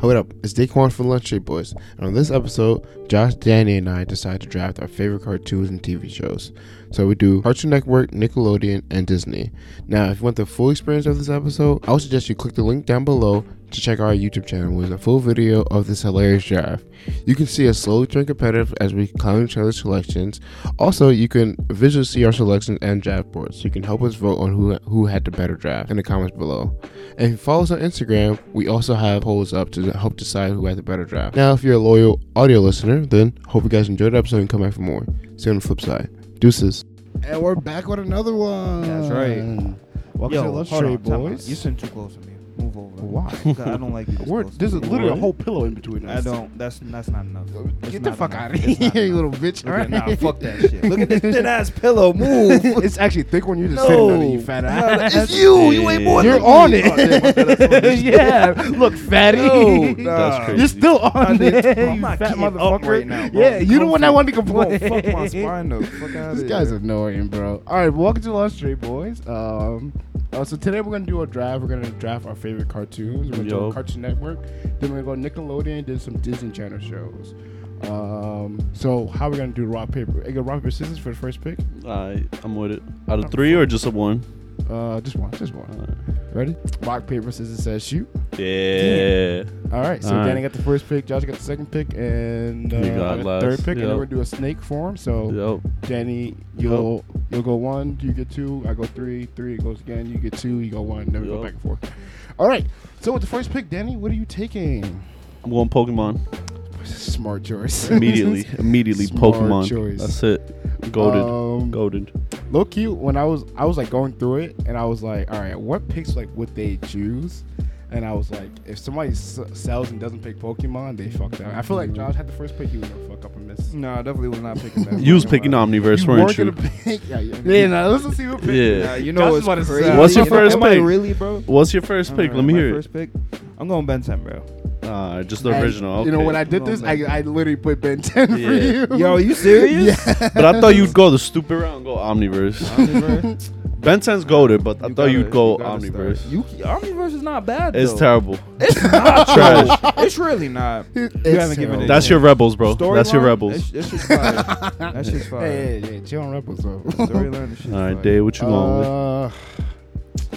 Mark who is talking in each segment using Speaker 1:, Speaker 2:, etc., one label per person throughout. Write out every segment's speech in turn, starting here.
Speaker 1: Hold up, it's Daquan from Lunch Street Boys, and on this episode, Josh, Danny, and I decide to draft our favorite cartoons and TV shows. So we do Cartoon Network, Nickelodeon, and Disney. Now, if you want the full experience of this episode, I would suggest you click the link down below to check out our YouTube channel with a full video of this hilarious draft. You can see us slowly turn competitive as we climb each other's selections. Also, you can visually see our selections and draft boards, so you can help us vote on who who had the better draft in the comments below. And if you follow us on Instagram, we also have polls up to help decide who had the better draft. Now, if you're a loyal audio listener, then hope you guys enjoyed the episode and come back for more. See you on the flip side. Deuces.
Speaker 2: And we're back with another one.
Speaker 3: That's right.
Speaker 2: Welcome to Love
Speaker 3: hold on,
Speaker 2: Street
Speaker 3: time out.
Speaker 2: Boys.
Speaker 3: You sitting too close to me. Move over.
Speaker 2: Why?
Speaker 3: 'Cause I don't like you this
Speaker 2: We're,
Speaker 3: close to
Speaker 2: there's a,
Speaker 3: me.
Speaker 2: literally a whole pillow in between
Speaker 3: I
Speaker 2: us.
Speaker 3: don't. That's that's not enough. That's
Speaker 2: Get the
Speaker 3: not
Speaker 2: fuck
Speaker 3: enough.
Speaker 2: out of
Speaker 3: That's not
Speaker 2: here, you
Speaker 3: enough.
Speaker 2: little bitch.
Speaker 3: Look at nah, fuck that shit. Look at this thin ass pillow. Move.
Speaker 2: it's actually thick when you're just sitting on it,
Speaker 3: no,
Speaker 2: you fat
Speaker 3: Nah,
Speaker 2: ass.
Speaker 3: it's you. You ain't more.
Speaker 2: You're
Speaker 3: than
Speaker 2: on
Speaker 3: me.
Speaker 2: it.
Speaker 3: Oh, damn, I thought that's what you-
Speaker 2: yeah. Look, fatty.
Speaker 3: No, nah.
Speaker 2: You're still on
Speaker 3: did-
Speaker 2: it.
Speaker 3: I'm
Speaker 2: you
Speaker 3: not
Speaker 2: fat
Speaker 3: getting up
Speaker 2: motherfucker.
Speaker 3: right now, bro.
Speaker 2: Yeah, you the one that
Speaker 3: Comfy.
Speaker 2: wanted to
Speaker 3: Bro,
Speaker 2: complain.
Speaker 3: fuck my spine though. Fuck out of
Speaker 2: This
Speaker 3: here.
Speaker 2: guy's annoying, bro. All right, welcome to Lost Street Boys. Um, uh, so today we're gonna do a draft. We're gonna draft our favorite cartoons. We're gonna do
Speaker 4: Yup.
Speaker 2: Cartoon Network. Then we're gonna go Nickelodeon. Then some Disney Channel shows. Um, so how we gonna do rock paper? I got rock paper scissors for the first pick.
Speaker 4: I I'm with it. Out of three or just a one?
Speaker 2: Uh, just one, just one.
Speaker 4: Alright.
Speaker 2: Ready? Rock paper scissors says shoot.
Speaker 4: Yeah.
Speaker 2: All right. So
Speaker 4: All right.
Speaker 2: Danny got the first pick. Josh got the second pick, and uh,
Speaker 4: You
Speaker 2: I
Speaker 4: got
Speaker 2: the
Speaker 4: last.
Speaker 2: third pick. And then
Speaker 4: Yup.
Speaker 2: we're gonna do a snake form. So.
Speaker 4: Yo.
Speaker 2: Danny, you'll you'll go one, you get two, I go three, three goes again, you get two, you go one, then we go
Speaker 4: Yup.
Speaker 2: back and forth. All right. So with the first pick, Danny, what are you taking?
Speaker 4: I'm going Pokemon
Speaker 2: Smart choice.
Speaker 4: immediately. immediately
Speaker 2: Smart
Speaker 4: Pokemon.
Speaker 2: choice.
Speaker 4: That's it. Goaded.
Speaker 2: Um,
Speaker 4: Goaded.
Speaker 2: Low key, when I was I was like going through it, and I was like, all right, what picks like would they choose? And I was like, if somebody s- sells and doesn't pick Pokemon, they fucked up. I feel like Josh had the first pick, he was gonna fuck up and
Speaker 4: Mm,
Speaker 2: miss.
Speaker 3: No, I definitely was not picking that.
Speaker 4: You was
Speaker 3: Nah,
Speaker 4: picking Omniverse,
Speaker 2: You
Speaker 4: weren't
Speaker 2: weren't
Speaker 4: you?
Speaker 2: gonna pick. Yeah, yeah. yeah no, let's see who picked.
Speaker 4: Yeah.
Speaker 3: Nah, you
Speaker 2: Josh
Speaker 3: know
Speaker 2: is
Speaker 3: what's
Speaker 2: about to
Speaker 3: crazy.
Speaker 2: sell.
Speaker 4: What's your
Speaker 3: You know-
Speaker 4: first
Speaker 3: am I
Speaker 4: pick?
Speaker 3: Really, bro?
Speaker 4: What's your first pick? Let
Speaker 3: Alright,
Speaker 4: me
Speaker 3: my
Speaker 4: hear
Speaker 3: First pick. I'm going Ben 10, bro.
Speaker 4: it. Uh, just the
Speaker 2: I-
Speaker 4: original.
Speaker 2: You know,
Speaker 4: okay.
Speaker 2: when I did this, I, I literally put Ben 10 for
Speaker 4: Yeah.
Speaker 2: you.
Speaker 3: Yo, you serious?
Speaker 2: Yeah.
Speaker 4: But I thought you'd go the stupid route and go Omniverse.
Speaker 3: Omniverse.
Speaker 4: ben 10's goaded, but I
Speaker 3: You
Speaker 4: thought
Speaker 3: gotta-
Speaker 4: you'd go
Speaker 3: you gotta start.
Speaker 4: Omniverse.
Speaker 3: You Omniverse is not bad.
Speaker 4: It's
Speaker 3: though.
Speaker 4: terrible.
Speaker 3: It's not
Speaker 4: Trash.
Speaker 3: though. It's really not.
Speaker 2: You
Speaker 3: haven't given it-
Speaker 4: That's your rebels, bro. That's your
Speaker 3: Storyline,
Speaker 4: rebels.
Speaker 3: That's, that's just fire. that's just fire.
Speaker 2: Hey, hey, hey, chill on Rebels, bro.
Speaker 3: Storyline is shit.
Speaker 4: All right, Dave, what you going with?
Speaker 2: Uh,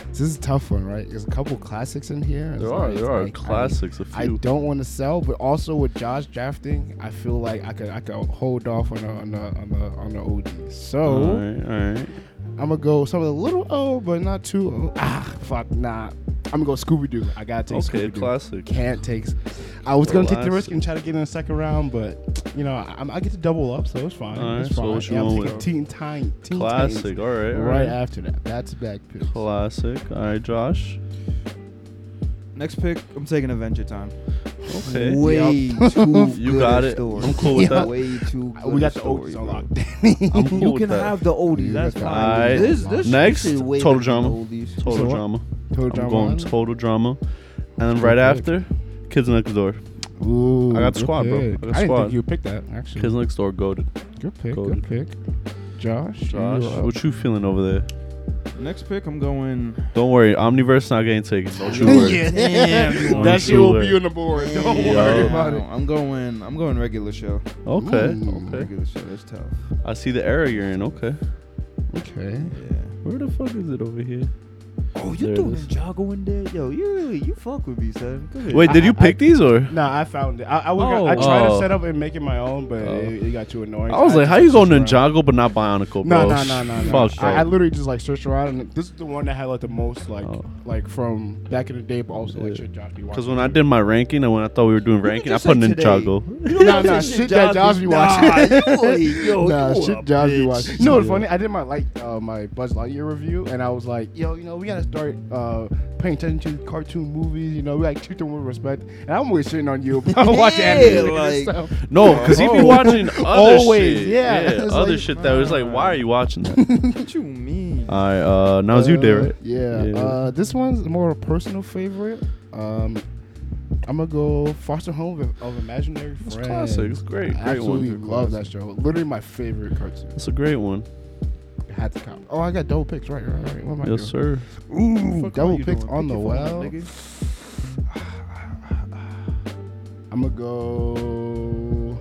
Speaker 2: this is a tough one, right? There's a couple classics in here. It's
Speaker 4: There are
Speaker 2: like-
Speaker 4: there are
Speaker 2: like, I-
Speaker 4: classics. A few.
Speaker 2: I don't want to sell, but also with Josh drafting, I feel like I could I could hold off on the on the on the, on the OD. So
Speaker 4: All right, all right.
Speaker 2: I'm gonna go something a little old, but not too old. Ah, fuck, nah. I'm gonna go Scooby Doo. I gotta take
Speaker 4: Okay,
Speaker 2: Scooby Doo.
Speaker 4: classic.
Speaker 2: Can't take. I was gonna take the
Speaker 4: Relax.
Speaker 2: risk and try to get in the second round, but you know I, I get to double up, so it's fine.
Speaker 4: Alright,
Speaker 2: it's
Speaker 4: so
Speaker 2: fine.
Speaker 4: what you
Speaker 2: Yeah, I'm
Speaker 4: going
Speaker 2: taking
Speaker 4: with?
Speaker 2: Teen Time. Teen
Speaker 4: Classic.
Speaker 2: Titans
Speaker 4: All right, all
Speaker 2: Right
Speaker 4: right.
Speaker 2: after that, that's back pick.
Speaker 4: Classic. All right, Josh.
Speaker 3: Next pick, I'm taking Adventure Time.
Speaker 4: Okay.
Speaker 3: Way
Speaker 2: Yup.
Speaker 3: too
Speaker 4: You
Speaker 3: good
Speaker 4: got
Speaker 3: a
Speaker 4: it.
Speaker 3: story.
Speaker 4: I'm cool with that.
Speaker 3: Way too. Good
Speaker 2: we
Speaker 3: a
Speaker 2: got the
Speaker 3: story,
Speaker 2: oldies
Speaker 3: bro.
Speaker 2: unlocked. Danny.
Speaker 4: I'm cool
Speaker 3: You
Speaker 4: with
Speaker 3: can
Speaker 4: that.
Speaker 3: have the oldies.
Speaker 2: You
Speaker 3: That's
Speaker 2: got the
Speaker 3: fine.
Speaker 4: oldies.
Speaker 3: This, this
Speaker 4: Next,
Speaker 3: this is way
Speaker 4: Total
Speaker 3: better than
Speaker 4: Drama.
Speaker 3: the oldies.
Speaker 4: Total
Speaker 2: So what?
Speaker 4: drama.
Speaker 2: Total
Speaker 4: I'm
Speaker 2: drama
Speaker 4: going
Speaker 2: on?
Speaker 4: total drama. And then right after, Kids Next Door.
Speaker 2: Ooh,
Speaker 4: I got
Speaker 2: good
Speaker 4: squad, bro. I
Speaker 2: pick.
Speaker 4: got
Speaker 2: didn't
Speaker 4: squad.
Speaker 2: think you would pick that. Actually,
Speaker 4: Kids Next Door goaded.
Speaker 2: good pick.
Speaker 4: Golden.
Speaker 2: Good pick. Josh. you
Speaker 4: Josh,
Speaker 2: are up.
Speaker 4: what you feeling over there?
Speaker 3: Next pick, I'm going.
Speaker 4: Don't worry, Omniverse not getting taken. Don't you worry.
Speaker 2: Yeah.
Speaker 3: Damn,
Speaker 2: that
Speaker 4: Don't
Speaker 2: shit
Speaker 4: you
Speaker 2: will
Speaker 4: worry.
Speaker 2: be on the board. Don't
Speaker 3: Damn.
Speaker 2: worry
Speaker 4: Yo.
Speaker 2: about it.
Speaker 3: Wow, I'm going. I'm going regular show.
Speaker 4: Okay,
Speaker 2: Ooh.
Speaker 4: okay.
Speaker 3: Regular show. That's tough.
Speaker 4: I see the area you're in. Okay.
Speaker 2: Okay.
Speaker 3: Yeah.
Speaker 4: Where the fuck is it over here?
Speaker 3: Oh,
Speaker 4: There
Speaker 3: you
Speaker 4: it
Speaker 3: doing
Speaker 4: is.
Speaker 3: Ninjago in there? Yo, you really you fuck with me, son. Go ahead.
Speaker 4: Wait, did
Speaker 2: I-
Speaker 4: you pick
Speaker 2: I-
Speaker 4: these or?
Speaker 2: No, I found it. I, I, was gonna,
Speaker 3: Oh.
Speaker 2: I tried to
Speaker 4: Oh.
Speaker 2: set up and make it my own, but
Speaker 4: Oh.
Speaker 2: it, it got too annoying.
Speaker 4: I was like, how you
Speaker 2: going
Speaker 4: going Ninjago but not Bionicle, bro?
Speaker 2: No, no, no, no, no.
Speaker 4: Fuck
Speaker 2: I, I
Speaker 4: that.
Speaker 2: literally just like searched around, and this is the one that had like the most like
Speaker 4: Oh.
Speaker 2: like from back in the day, but also like shit Josh be watching.
Speaker 4: Because when I did my ranking and when I thought we were doing ranking, I
Speaker 3: just
Speaker 4: put
Speaker 3: say today.
Speaker 4: Ninjago.
Speaker 2: Nah, nah, shit that Josh be watching. nah, shit Josh be watching. You know what's
Speaker 4: Yeah.
Speaker 2: funny? I did my like uh, my Buzz Lightyear review, and I was like, yo, you know, we gotta start uh, paying attention to cartoon movies. You know, we like treat them with respect. And I'm always shitting on you about watching
Speaker 3: Yeah,
Speaker 2: anime
Speaker 3: like- uh,
Speaker 2: and stuff.
Speaker 4: No, because he be
Speaker 2: Oh.
Speaker 4: watching other
Speaker 2: Always,
Speaker 4: shit.
Speaker 2: yeah.
Speaker 4: yeah
Speaker 2: It's
Speaker 4: other
Speaker 2: like,
Speaker 4: shit that was like, why are you watching that?
Speaker 3: What you mean?
Speaker 4: All right, uh, now it's you,
Speaker 2: Uh,
Speaker 4: Derek.
Speaker 2: Yeah.
Speaker 4: Yeah.
Speaker 2: Uh, this one's more a personal favorite. Um, I'm gonna go Foster Home of, of Imaginary Friends.
Speaker 4: It's classic. It's
Speaker 2: I
Speaker 4: great. Great
Speaker 2: absolutely
Speaker 4: one.
Speaker 2: love that show. Literally my favorite cartoon.
Speaker 4: That's a great one.
Speaker 2: Had to cop. Oh, I got double picks. Right, right, right. What am I
Speaker 4: Yes,
Speaker 2: doing?
Speaker 4: sir.
Speaker 2: Ooh,
Speaker 3: Fuck
Speaker 2: double
Speaker 3: you
Speaker 2: picks
Speaker 3: doing?
Speaker 2: on
Speaker 3: Pick
Speaker 2: the
Speaker 3: your phone up,
Speaker 2: well.
Speaker 3: nigga.
Speaker 2: I'm gonna go.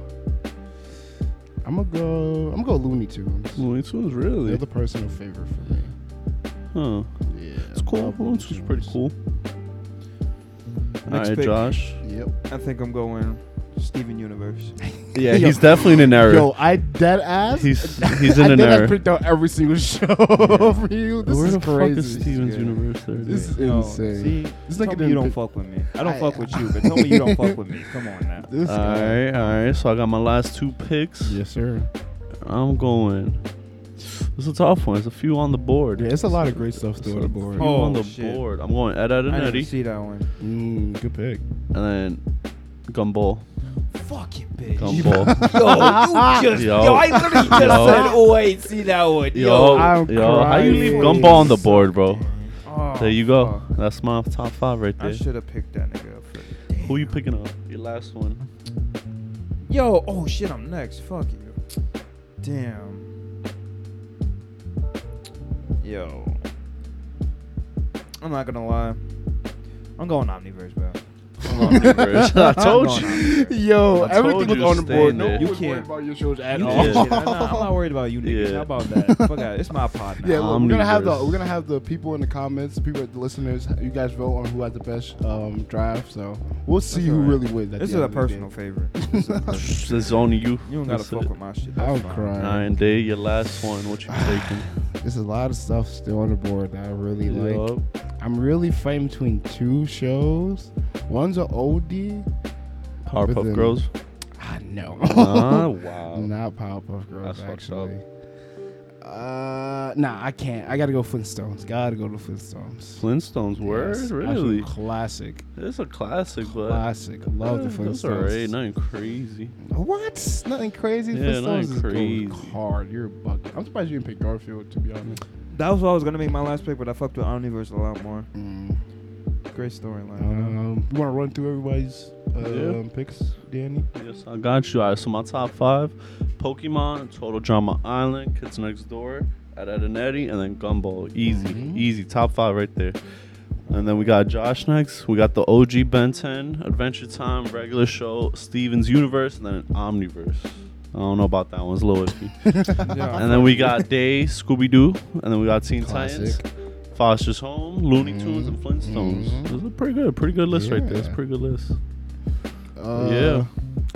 Speaker 2: I'm gonna go. I'm gonna go Looney Tunes.
Speaker 4: Looney Tunes,
Speaker 2: They're
Speaker 4: really?
Speaker 2: the personal favorite for me.
Speaker 4: Huh.
Speaker 2: Yeah,
Speaker 4: It's cool.
Speaker 2: love
Speaker 4: Looney Tunes is pretty
Speaker 2: Tunes.
Speaker 4: cool. All
Speaker 3: Next
Speaker 4: right,
Speaker 3: pick.
Speaker 4: Josh.
Speaker 2: Yep.
Speaker 3: I think I'm going Steven Universe.
Speaker 4: Yeah,
Speaker 2: Yo.
Speaker 4: he's definitely in an error.
Speaker 2: Yo, I dead ass.
Speaker 4: He's- he's in
Speaker 2: I
Speaker 4: an
Speaker 2: think I
Speaker 4: error.
Speaker 2: picked out every single show for you. This
Speaker 4: Where
Speaker 2: is
Speaker 4: the
Speaker 2: crazy.
Speaker 4: fuck is Steven's
Speaker 2: Yeah.
Speaker 4: universe? There, it
Speaker 2: This
Speaker 4: is.
Speaker 2: is
Speaker 3: No,
Speaker 2: insane.
Speaker 3: See,
Speaker 2: This nigga
Speaker 3: tell me you
Speaker 2: didn't
Speaker 3: don't
Speaker 2: pick-
Speaker 3: fuck with me. I don't
Speaker 2: I-
Speaker 3: fuck with you, but tell me you don't fuck with me. Come on now.
Speaker 2: This
Speaker 4: all
Speaker 2: guy.
Speaker 4: right, all right. So I got my last two picks.
Speaker 2: Yes, sir.
Speaker 4: I'm going. It's a tough one. It's a few on the board.
Speaker 2: Yeah, it's a lot of great stuff still on the
Speaker 4: Few
Speaker 2: board.
Speaker 3: Oh,
Speaker 4: on the
Speaker 3: shit.
Speaker 4: board. I'm going Ed, Ed, and
Speaker 3: I didn't
Speaker 4: Eddie,
Speaker 3: see that one.
Speaker 2: Mm, good pick.
Speaker 4: and then Gumball.
Speaker 3: Fucking bitch.
Speaker 4: Gumball.
Speaker 3: Yo, you just,
Speaker 4: Yo.
Speaker 3: yo. I literally just
Speaker 4: Yo.
Speaker 3: said, oh, wait, see that one.
Speaker 4: Yo,
Speaker 2: I'm
Speaker 4: yo, how you leave
Speaker 2: crying.
Speaker 4: Gumball on the board, bro?
Speaker 3: Oh,
Speaker 4: There you go.
Speaker 3: fuck.
Speaker 4: That's my top five right
Speaker 3: I
Speaker 4: there.
Speaker 3: should have picked that nigga up. first.
Speaker 4: Who you picking up? Your last one.
Speaker 3: Yo, oh shit, I'm next. Fuck you. Damn. Yo. I'm not gonna lie. I'm going Omniverse, bro. I'm going Omniverse.
Speaker 4: I told
Speaker 3: I'm
Speaker 4: you.
Speaker 3: going Omniverse.
Speaker 2: Yo,
Speaker 4: I told
Speaker 2: everything was
Speaker 4: you
Speaker 2: on the
Speaker 4: to
Speaker 2: board.
Speaker 4: stay
Speaker 2: No
Speaker 4: there.
Speaker 2: one
Speaker 3: You
Speaker 2: was worried
Speaker 3: can't-
Speaker 2: about your shows at
Speaker 3: You
Speaker 2: all.
Speaker 4: did.
Speaker 3: did. I'm, not, I'm not worried about you niggas.
Speaker 4: Yeah.
Speaker 3: How about that? Fuck that. It's my pod now.
Speaker 2: Yeah, look, we're gonna have the
Speaker 4: Omniverse.
Speaker 2: we're gonna have the people in the comments, people, the listeners. You guys vote on who had the best um, draft, so we'll see
Speaker 3: That's
Speaker 2: who
Speaker 3: alright.
Speaker 2: really wins. At
Speaker 3: this
Speaker 2: the
Speaker 3: is
Speaker 2: end
Speaker 3: a
Speaker 2: of the
Speaker 3: personal
Speaker 2: day.
Speaker 3: favorite.
Speaker 4: This is only you.
Speaker 3: You don't gotta
Speaker 4: That's
Speaker 3: fuck
Speaker 4: it.
Speaker 3: with my shit.
Speaker 2: I'm
Speaker 3: That's fine.
Speaker 2: crying.
Speaker 4: Nine day, your last one. What you taking?
Speaker 2: There's a lot of stuff still on the board that I really like.
Speaker 4: Yup.
Speaker 2: I'm really fighting between two shows. One's an OD.
Speaker 4: Powerpuff
Speaker 2: Within-
Speaker 4: Girls.
Speaker 2: Ah, no.
Speaker 4: Ah, wow.
Speaker 2: Not Powerpuff Girls,
Speaker 4: That's fucked up.
Speaker 2: actually. Uh, nah, I can't. I gotta go Flintstones. Gotta go to Flintstones.
Speaker 4: Flintstones word?
Speaker 2: Yes, absolute
Speaker 4: really?
Speaker 2: Classic.
Speaker 4: It's a classic, but
Speaker 2: Classic. Love the
Speaker 4: Eh,
Speaker 2: Flintstones.
Speaker 4: That's alright, nothing crazy.
Speaker 2: What? Nothing crazy.
Speaker 4: Yeah,
Speaker 2: Flintstones
Speaker 4: nothing
Speaker 2: is going
Speaker 4: crazy.
Speaker 2: hard. You're a bucket. I'm surprised you didn't pick Garfield, to be honest.
Speaker 3: That was what I was gonna make my last pick, but I fucked with Omniverse a lot more. Great storyline. you know?
Speaker 2: Um, you want to run through everybody's uh,
Speaker 4: Yeah.
Speaker 2: um, picks, Danny?
Speaker 4: Yes, I got you. Alright, so my top five: Pokemon, Total Drama Island, Kids Next Door, Ed Ed and Eddie, and then Gumball. Easy,
Speaker 2: Mhm.
Speaker 4: easy. Top five right there. And then we got Josh next. We got the OG Ben 10, Adventure Time, regular show, Steven's Universe, and then Omniverse. I don't know about that one. It's a little iffy.
Speaker 3: Yeah.
Speaker 4: And then we got Day, Scooby Doo, and then we got Teen
Speaker 2: Classic.
Speaker 4: Titans, Foster's Home, Looney Tunes, and Flintstones.
Speaker 2: Mhm.
Speaker 4: This is a pretty good, pretty good list right there. It's a
Speaker 2: Yeah.
Speaker 4: pretty good list.
Speaker 2: Uh,
Speaker 4: yeah.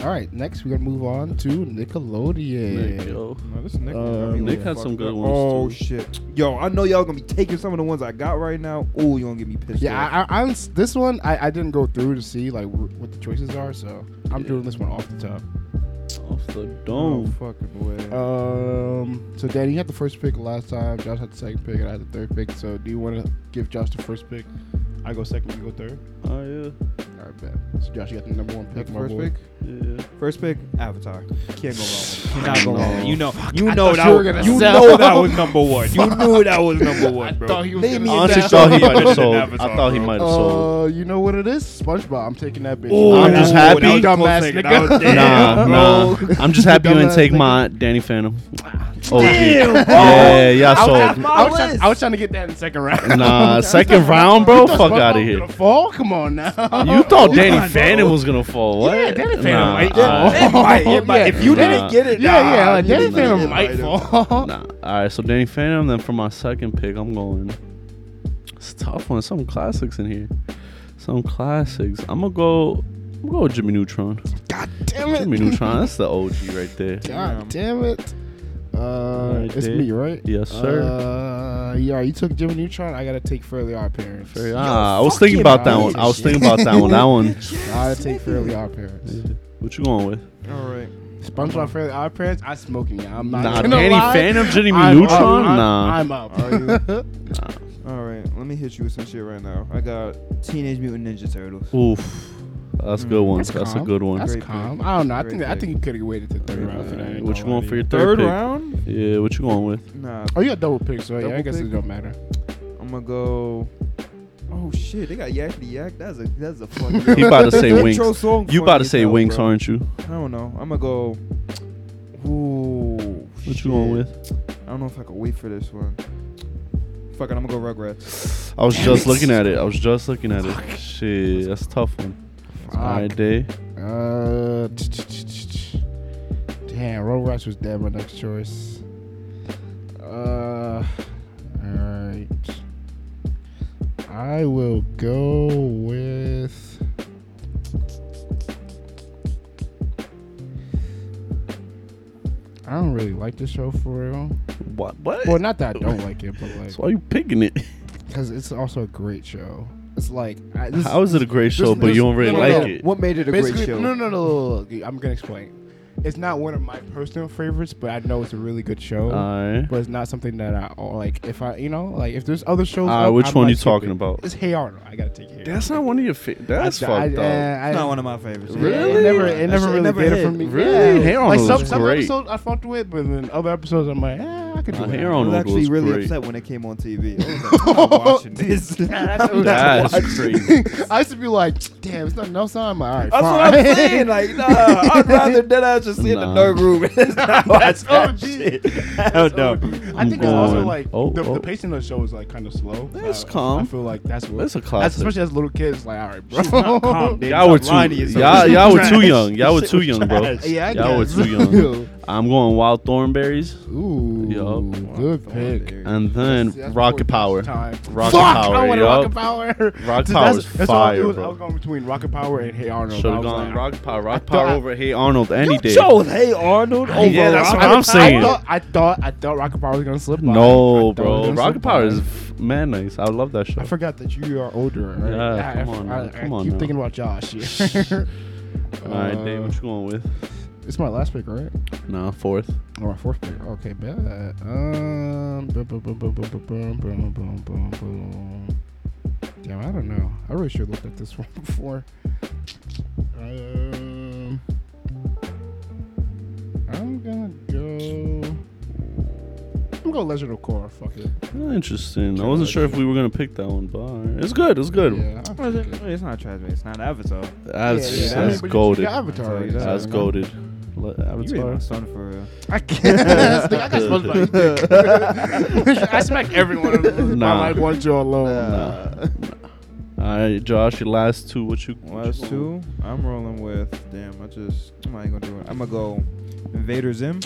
Speaker 2: All right, next we're gonna move on to Nickelodeon.
Speaker 4: Like, yo.
Speaker 3: No, this Nick,
Speaker 2: Um,
Speaker 4: Nick had some good ones,
Speaker 3: Oh
Speaker 4: too.
Speaker 3: shit, yo! I know y'all gonna be taking some of the ones I got right now. Oh, you gonna get me pissed? off.
Speaker 2: Yeah, I, I, I'm s- this one I, I didn't go through to see like wh- what the choices are, so I'm
Speaker 4: Yeah.
Speaker 2: doing this one off the top.
Speaker 4: Off the
Speaker 3: no
Speaker 4: dome.
Speaker 3: Oh, fucking way.
Speaker 2: Um, so Danny, you had the first pick last time. Josh had the second pick, and I had the third pick. So do you want to give Josh the first pick? I go second. You go third.
Speaker 4: Oh, yeah.
Speaker 2: All right, bet. So Josh, you got the number one pick.
Speaker 3: That's the
Speaker 2: my
Speaker 3: first
Speaker 2: boy.
Speaker 3: pick.
Speaker 4: Yeah.
Speaker 3: First pick, Avatar. Can't go wrong. Cannot go wrong.
Speaker 4: No.
Speaker 3: You know, you
Speaker 2: I
Speaker 3: know
Speaker 2: thought
Speaker 3: that.
Speaker 2: you were
Speaker 3: was-
Speaker 2: gonna
Speaker 3: You,
Speaker 2: sell.
Speaker 3: know that was number one. You knew that was number one, bro.
Speaker 2: thought he was gonna
Speaker 3: Leave me
Speaker 4: I
Speaker 2: sell.
Speaker 3: in
Speaker 4: honestly
Speaker 3: that.
Speaker 4: thought he
Speaker 3: Better
Speaker 4: might
Speaker 3: than
Speaker 4: have sold. I
Speaker 3: Avatar,
Speaker 4: thought he
Speaker 3: bro.
Speaker 4: might have sold.
Speaker 2: Uh, you know what it is? SpongeBob. I'm taking that bitch.
Speaker 3: Ooh,
Speaker 4: I'm just happy-
Speaker 3: that was
Speaker 2: Dumbass
Speaker 3: close, nigga.
Speaker 2: nigga.
Speaker 3: That was-
Speaker 4: Nah,
Speaker 3: damn,
Speaker 4: nah.
Speaker 3: bro.
Speaker 4: I'm just happy you didn't
Speaker 2: Dumbass
Speaker 4: take
Speaker 2: Oh. nigga.
Speaker 4: my Danny Phantom. Oh,
Speaker 3: Damn,
Speaker 4: yeah.
Speaker 3: bro.
Speaker 4: yeah, yeah,
Speaker 3: I was-
Speaker 4: I
Speaker 3: I
Speaker 4: sold.
Speaker 2: I was,
Speaker 3: Our
Speaker 2: trying,
Speaker 3: list.
Speaker 2: I was trying to get that in the second round.
Speaker 4: Nah, second round, bro. Fuck out of here.
Speaker 2: Gonna fall? Come on now.
Speaker 4: You thought
Speaker 2: Yeah,
Speaker 4: Danny
Speaker 2: bro.
Speaker 4: Phantom was gonna fall? What?
Speaker 2: Yeah, Danny Phantom
Speaker 4: Nah,
Speaker 2: might
Speaker 4: uh,
Speaker 2: fall.
Speaker 3: It might, it might. If you
Speaker 4: Nah.
Speaker 3: didn't get it,
Speaker 2: Yeah, yeah.
Speaker 3: nah,
Speaker 2: Like,
Speaker 3: you
Speaker 2: Danny
Speaker 3: didn't get
Speaker 2: Phantom
Speaker 3: it.
Speaker 2: might fall.
Speaker 4: Nah. All right. So Danny Phantom. Then for my second pick, I'm going. It's a tough one. Some classics in here. Some classics. I'm gonna go. I'm gonna go with Jimmy Neutron.
Speaker 2: God damn it.
Speaker 4: Jimmy Neutron. That's the OG right there.
Speaker 2: God damn it. Uh,
Speaker 4: Alright,
Speaker 2: it's
Speaker 4: Dave.
Speaker 2: me, right?
Speaker 4: Yes, sir.
Speaker 2: Uh, yeah, you took Jimmy Neutron. I gotta take Fairly Odd Parents.
Speaker 4: Very- ah, I was thinking about that one. I was thinking about that one. That one.
Speaker 2: I gotta take Fairly Odd Parents.
Speaker 4: What you going with?
Speaker 3: All right.
Speaker 2: SpongeBob Fairly Odd Parents. I smoking. Yeah, I'm not.
Speaker 4: Nah,
Speaker 2: gonna
Speaker 4: Danny
Speaker 2: lie.
Speaker 4: Phantom, Jimmy
Speaker 2: I'm up.
Speaker 4: Neutron.
Speaker 2: I'm-
Speaker 4: nah.
Speaker 2: I'm up.
Speaker 3: Are you? All right, let me hit you with some shit right now. I got Teenage Mutant Ninja Turtles.
Speaker 4: Oof. That's a good one. That's, a
Speaker 2: calm.
Speaker 4: good one.
Speaker 2: Mm, That's
Speaker 3: Great
Speaker 2: calm.
Speaker 3: pick.
Speaker 2: I don't know. I
Speaker 3: Great
Speaker 2: think I
Speaker 3: pick.
Speaker 2: think you could have waited to third round for that. I
Speaker 4: Alright,
Speaker 2: ain't
Speaker 4: What
Speaker 2: gonna
Speaker 4: you
Speaker 2: lie
Speaker 4: going
Speaker 2: to
Speaker 4: for
Speaker 2: you.
Speaker 4: your third,
Speaker 3: Third
Speaker 4: pick?
Speaker 3: round?
Speaker 4: Yeah. What you going with?
Speaker 3: Nah,
Speaker 2: Oh, you got double picks, right? Yeah, I
Speaker 3: Double
Speaker 2: guess it
Speaker 3: pick?
Speaker 2: don't matter.
Speaker 3: I'm gonna go. Oh shit, they got Yak the Yak. That's a that's a fucking.
Speaker 4: He about to say
Speaker 3: Intro
Speaker 4: Winx.
Speaker 3: song
Speaker 4: You
Speaker 3: funny
Speaker 4: about to
Speaker 3: as
Speaker 4: say
Speaker 3: hell,
Speaker 4: Winx,
Speaker 3: bro.
Speaker 4: aren't you?
Speaker 3: I don't know. I'm gonna go. Ooh.
Speaker 4: What you going with?
Speaker 3: I don't know if I could wait for this one. Fuck it, I'm gonna go Rugrats.
Speaker 4: I was
Speaker 2: Damn
Speaker 4: just
Speaker 2: it.
Speaker 4: looking at it. I was just looking at it. Shit, that's a tough one. All right,
Speaker 2: Fuck.
Speaker 4: day.
Speaker 2: Uh, Uh, damn, Road Rash was dead. My next choice. Uh, all right. I will go with. I don't really like the show for real.
Speaker 4: What? What?
Speaker 2: Well, not that I don't like it, but
Speaker 4: So
Speaker 2: like,
Speaker 4: why you picking it?
Speaker 2: because it's also a great show. It's like I, this,
Speaker 4: How is it a great show, but
Speaker 2: this-
Speaker 4: you don't really
Speaker 2: no,
Speaker 4: like
Speaker 2: no,
Speaker 4: it?
Speaker 3: What made it a
Speaker 2: basically
Speaker 3: great show?
Speaker 2: No, no, no, no, no, no. I'm gonna explain. It's not one of my personal favorites, but I know it's a really good show.
Speaker 4: Alright.
Speaker 2: but it's not something that I or, like. If I, you know, like if there's other shows.
Speaker 4: Alright,
Speaker 2: up,
Speaker 4: Uh, which
Speaker 2: I
Speaker 4: one
Speaker 2: might
Speaker 4: you
Speaker 2: skip
Speaker 4: talking
Speaker 2: it.
Speaker 4: about?
Speaker 2: It's Hey Arnold. I gotta take Hey Arnold.
Speaker 4: That's not one of your favorite. That's
Speaker 2: I-
Speaker 4: fucked
Speaker 2: I,
Speaker 4: up.
Speaker 2: I,
Speaker 3: It's
Speaker 2: I-
Speaker 3: not one of my favorites.
Speaker 4: Really?
Speaker 2: Yeah, It never, it never really did it for me.
Speaker 4: Really?
Speaker 2: Yeah.
Speaker 4: Hey Arnold
Speaker 2: like
Speaker 4: was
Speaker 2: some, some
Speaker 4: great.
Speaker 2: episodes I fucked with, but then other episodes I'm like, eh, I could do
Speaker 4: Nah,
Speaker 2: it.
Speaker 4: Hey
Speaker 3: I
Speaker 4: Arnold
Speaker 3: was actually
Speaker 4: was
Speaker 3: really
Speaker 4: great.
Speaker 3: upset when it came on TV. I was like, I'm not watching this. I'm not
Speaker 4: That's
Speaker 3: watching
Speaker 4: crazy.
Speaker 2: I used to be like, damn, it's nothing else on. I'm like, all right,
Speaker 3: That's
Speaker 2: fine.
Speaker 3: what I'm saying. Like, nah, I'd rather dead ass just sit
Speaker 4: Nah.
Speaker 3: in the dark room and just not watch that
Speaker 2: OG.
Speaker 3: shit. Hell no.
Speaker 2: I think it's
Speaker 4: going-
Speaker 2: also like
Speaker 4: oh,
Speaker 2: the,
Speaker 4: oh.
Speaker 2: the pacing of the show is like kind of slow.
Speaker 4: That's
Speaker 2: I-
Speaker 4: calm.
Speaker 2: I feel like that's what
Speaker 4: That's a
Speaker 2: that's,
Speaker 4: classic.
Speaker 2: especially as little kids. Like, all right, bro.
Speaker 3: She's not calm, dude.
Speaker 4: Y'all were too,
Speaker 3: Stop lying to
Speaker 4: y'all,
Speaker 3: yourself.
Speaker 4: y'all were
Speaker 3: Trash.
Speaker 4: too young. Y'all were
Speaker 3: Shit
Speaker 4: too
Speaker 3: was
Speaker 4: young, bro.
Speaker 3: trash.
Speaker 2: yeah, I
Speaker 4: y'all were
Speaker 2: guess.
Speaker 4: too young. I'm going Wild Thornberries,
Speaker 2: Ooh,
Speaker 4: Yup.
Speaker 2: good pick.
Speaker 4: and then
Speaker 2: See, that's
Speaker 4: Rocket
Speaker 2: before
Speaker 4: Power.
Speaker 2: this time.
Speaker 4: Rocket
Speaker 2: Fuck, I
Speaker 4: Power,
Speaker 2: wanted
Speaker 4: yup.
Speaker 2: Rocket Power.
Speaker 4: Rocket
Speaker 2: See,
Speaker 4: Power's
Speaker 2: that's- that's all it
Speaker 4: fire,
Speaker 2: was.
Speaker 4: bro.
Speaker 2: I was going between Rocket Power and Hey Arnold. I
Speaker 4: Should have
Speaker 2: was
Speaker 4: gone
Speaker 2: like,
Speaker 4: Rocket Power. Rocket
Speaker 2: thought-
Speaker 4: Power over Hey Arnold any
Speaker 3: You
Speaker 4: day.
Speaker 3: chose Hey Arnold over
Speaker 4: Yeah, that's what
Speaker 3: Rocket
Speaker 4: I'm
Speaker 3: Power?
Speaker 4: saying.
Speaker 2: oh, I thought, I thought I thought Rocket Power was gonna slip. by.
Speaker 4: No,
Speaker 2: I thought it was
Speaker 4: bro.
Speaker 2: gonna
Speaker 4: Rocket
Speaker 2: slip
Speaker 4: Power
Speaker 2: by.
Speaker 4: is f- man nice. I love that show.
Speaker 2: I forgot that you are older. Right?
Speaker 4: Yeah,
Speaker 2: I- I,
Speaker 4: come on now,
Speaker 2: I,
Speaker 4: come
Speaker 2: I
Speaker 4: on
Speaker 2: keep
Speaker 4: now.
Speaker 2: thinking about Josh. Here.
Speaker 4: All right, Dave,
Speaker 2: Uh,
Speaker 4: what you going with?
Speaker 2: It's my last pick, right?
Speaker 4: Nah, fourth.
Speaker 2: Or my fourth pick. Okay, bet. Um, bum, bum, bum, bum, bum, bum, bum, bum, bum, bum. Damn, I don't know. I really should have looked at this one before. Um, I'm gonna go. I'm gonna go Legend of Korra. Fuck it.
Speaker 4: Interesting. I wasn't sure if we were gonna pick that one, but all right. it's good. It's good.
Speaker 2: Yeah, I'll
Speaker 3: What is
Speaker 2: take
Speaker 3: it? Wait, It's not trash, man. It's not Avatar.
Speaker 4: That's
Speaker 2: Yeah, yeah, I mean,
Speaker 4: that's
Speaker 2: but you- you
Speaker 4: golded.
Speaker 2: got Avatar
Speaker 3: That's
Speaker 2: already,
Speaker 3: what you
Speaker 2: so,
Speaker 4: That's
Speaker 2: you know.
Speaker 4: golded. Le-
Speaker 3: You really
Speaker 4: Avatar.
Speaker 3: my son for real.
Speaker 2: I can't. That's the thing, I got sponsored by dick. I smack everyone.
Speaker 4: Nah.
Speaker 2: My life one Joe alone.
Speaker 4: All right, Josh, your last two. What you? what you
Speaker 3: Last
Speaker 4: going
Speaker 3: two, I'm rolling with. Damn, I just. I'm not even gonna do it. I'm gonna go Invader Zim.